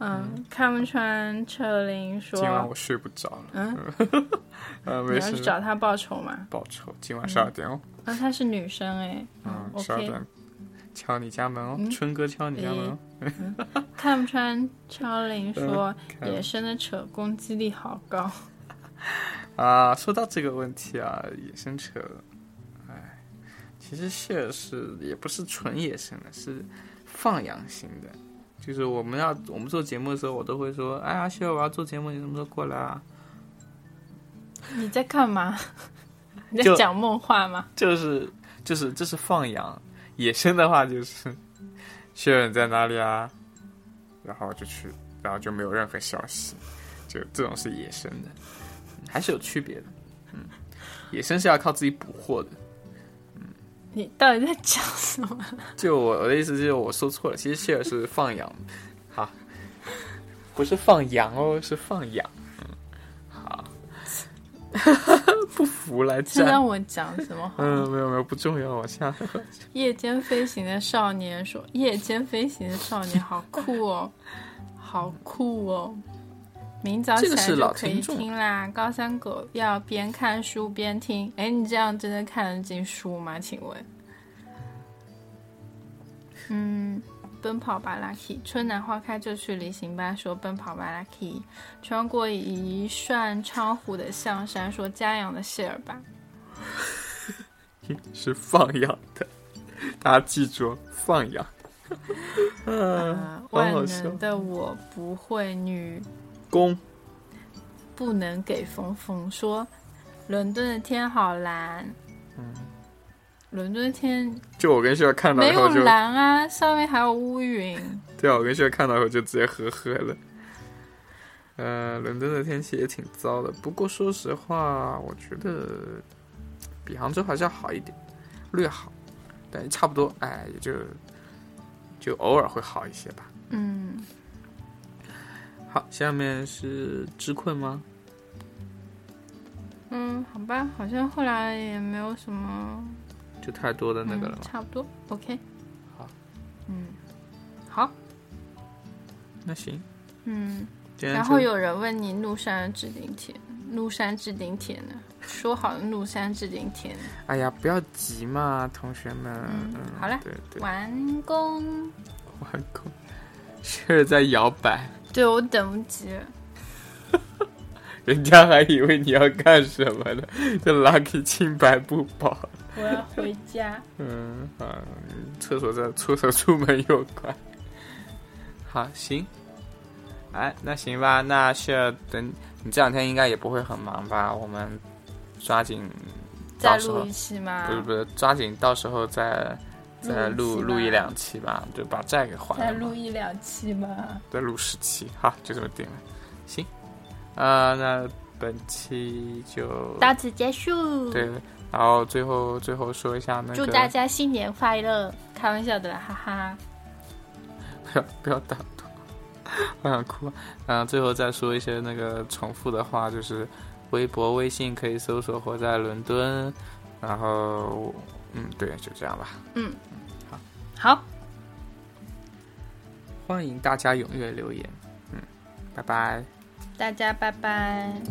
Speaker 2: 嗯，看不穿车林说
Speaker 1: 今晚我睡不着了，
Speaker 2: 嗯，
Speaker 1: [LAUGHS] 呃，
Speaker 2: 你
Speaker 1: 没
Speaker 2: 要去
Speaker 1: 事，
Speaker 2: 找他报仇嘛？
Speaker 1: 报仇。今晚十二点哦，
Speaker 2: 啊，她是女生哎、
Speaker 1: 嗯，十二
Speaker 2: OK，
Speaker 1: 点敲你家门哦
Speaker 2: 嗯，
Speaker 1: 春哥敲你家门哦。 [LAUGHS]
Speaker 2: 看不穿超龄说
Speaker 1: 看
Speaker 2: 野生的扯攻击力好高，
Speaker 1: 啊，说到这个问题啊，野生扯，哎，其实蟹是也不是纯野生的，是放养型的。就是我们要我们做节目的时候，我都会说，哎呀，蟹我要做节目，你什么时候过来啊？
Speaker 2: 你在干嘛？ [LAUGHS] 你在
Speaker 3: 就
Speaker 2: 讲梦话吗？
Speaker 3: 就是就是这是放养，
Speaker 1: 野生的话就是，蟹人在哪里啊？然后就去，然后就没有任何消息，就这种是野生的，
Speaker 3: 还是有区别的。
Speaker 1: 嗯野生是要靠自己捕获的。
Speaker 2: 你到底在讲什么？
Speaker 3: 就我我的意思就是我说错了，其实谢尔是放养，好，不是放羊哦，是放养。嗯，
Speaker 1: [LAUGHS]
Speaker 3: 好，不服来
Speaker 2: 这
Speaker 3: 战。
Speaker 2: 让我讲什么？
Speaker 1: 嗯，没有没有，不重要，往下。
Speaker 2: 夜间飞行的少年说，夜间飞行的少年好酷
Speaker 3: [LAUGHS]
Speaker 2: 哦，好酷哦。明早起
Speaker 3: 这个
Speaker 2: 来
Speaker 3: 是
Speaker 2: 就
Speaker 3: 老
Speaker 2: 可以
Speaker 3: 听众啊
Speaker 2: 听啦。高三狗要边看书边听。哎，你这样真的看得进书吗？请问？嗯，奔跑吧，Lucky！春暖花开就去旅行吧。说奔跑吧，Lucky！穿过一扇窗户的象山，说家养的谢尔吧。
Speaker 1: 是放养的，大家记住，放养。
Speaker 2: 呃，
Speaker 3: 嗯
Speaker 1: 好
Speaker 2: 万
Speaker 1: 好笑
Speaker 2: 能的我不会女
Speaker 1: 公
Speaker 2: 不能给峰峰说，伦敦的天好蓝。
Speaker 3: 嗯
Speaker 2: 伦敦的天
Speaker 1: 就我跟秀看到
Speaker 2: 没
Speaker 1: 以
Speaker 2: 有
Speaker 1: 后就，
Speaker 2: 蓝啊，上面还有乌云。
Speaker 1: 对啊，我跟秀看到以后就直接呵呵了。呃，伦敦的天气也挺糟的，不过说实话，我觉得比杭州还是要好一点，略好，但差不多，哎，也就就偶尔会好一些吧。
Speaker 2: 嗯，
Speaker 3: 好，下面是知困吗？
Speaker 2: 嗯，好吧，好像后来也没有什么
Speaker 3: 就太多的那个了
Speaker 2: 嗯
Speaker 3: 嘛。
Speaker 2: 差不多，OK。
Speaker 3: 好，
Speaker 2: 嗯，好，
Speaker 3: 那行，
Speaker 2: 嗯。
Speaker 3: 今天
Speaker 2: 然后
Speaker 3: 就
Speaker 2: 有人问你麓山置顶帖，麓山置顶帖呢？说好的麓山置顶帖呢？
Speaker 3: 哎呀，不要急嘛，同学们。
Speaker 2: 嗯
Speaker 3: 嗯，
Speaker 2: 好嘞
Speaker 3: 对对，
Speaker 2: 完工。
Speaker 3: 完工，是在摇摆，
Speaker 2: 对我等不及了，
Speaker 3: 人家还以为你要干什么呢， [LAUGHS] 这 Lucky 清白不保。
Speaker 2: 我要回家。
Speaker 3: 嗯啊，厕所在厕所出门右拐。好，行。哎，那行吧，那是等你这两天应该也不会很忙吧？我们抓紧，
Speaker 2: 再
Speaker 3: 到时
Speaker 2: 录
Speaker 3: 候
Speaker 2: 一期吗？
Speaker 3: 不是不是，抓紧到时候再再录录
Speaker 2: 录
Speaker 3: 一
Speaker 2: 期吧
Speaker 3: 两期吧，就把债给还
Speaker 2: 再
Speaker 3: 了嘛。
Speaker 2: 录一两期吧。
Speaker 3: 再录十期，好，就这么定了。行，啊、那本期就
Speaker 2: 到此结束。
Speaker 3: 对，然后最后最后说一下那个，
Speaker 2: 嗯祝大家新年快乐！开玩笑的啦，哈哈。
Speaker 3: 不要不要打断，我想哭。嗯、最后再说一些那个重复的话，就是微博、微信可以搜索“活在伦敦”，然后嗯，对，就这样吧。
Speaker 2: 好，
Speaker 3: 欢迎大家踊跃留言，嗯，拜拜。
Speaker 2: 大家拜拜。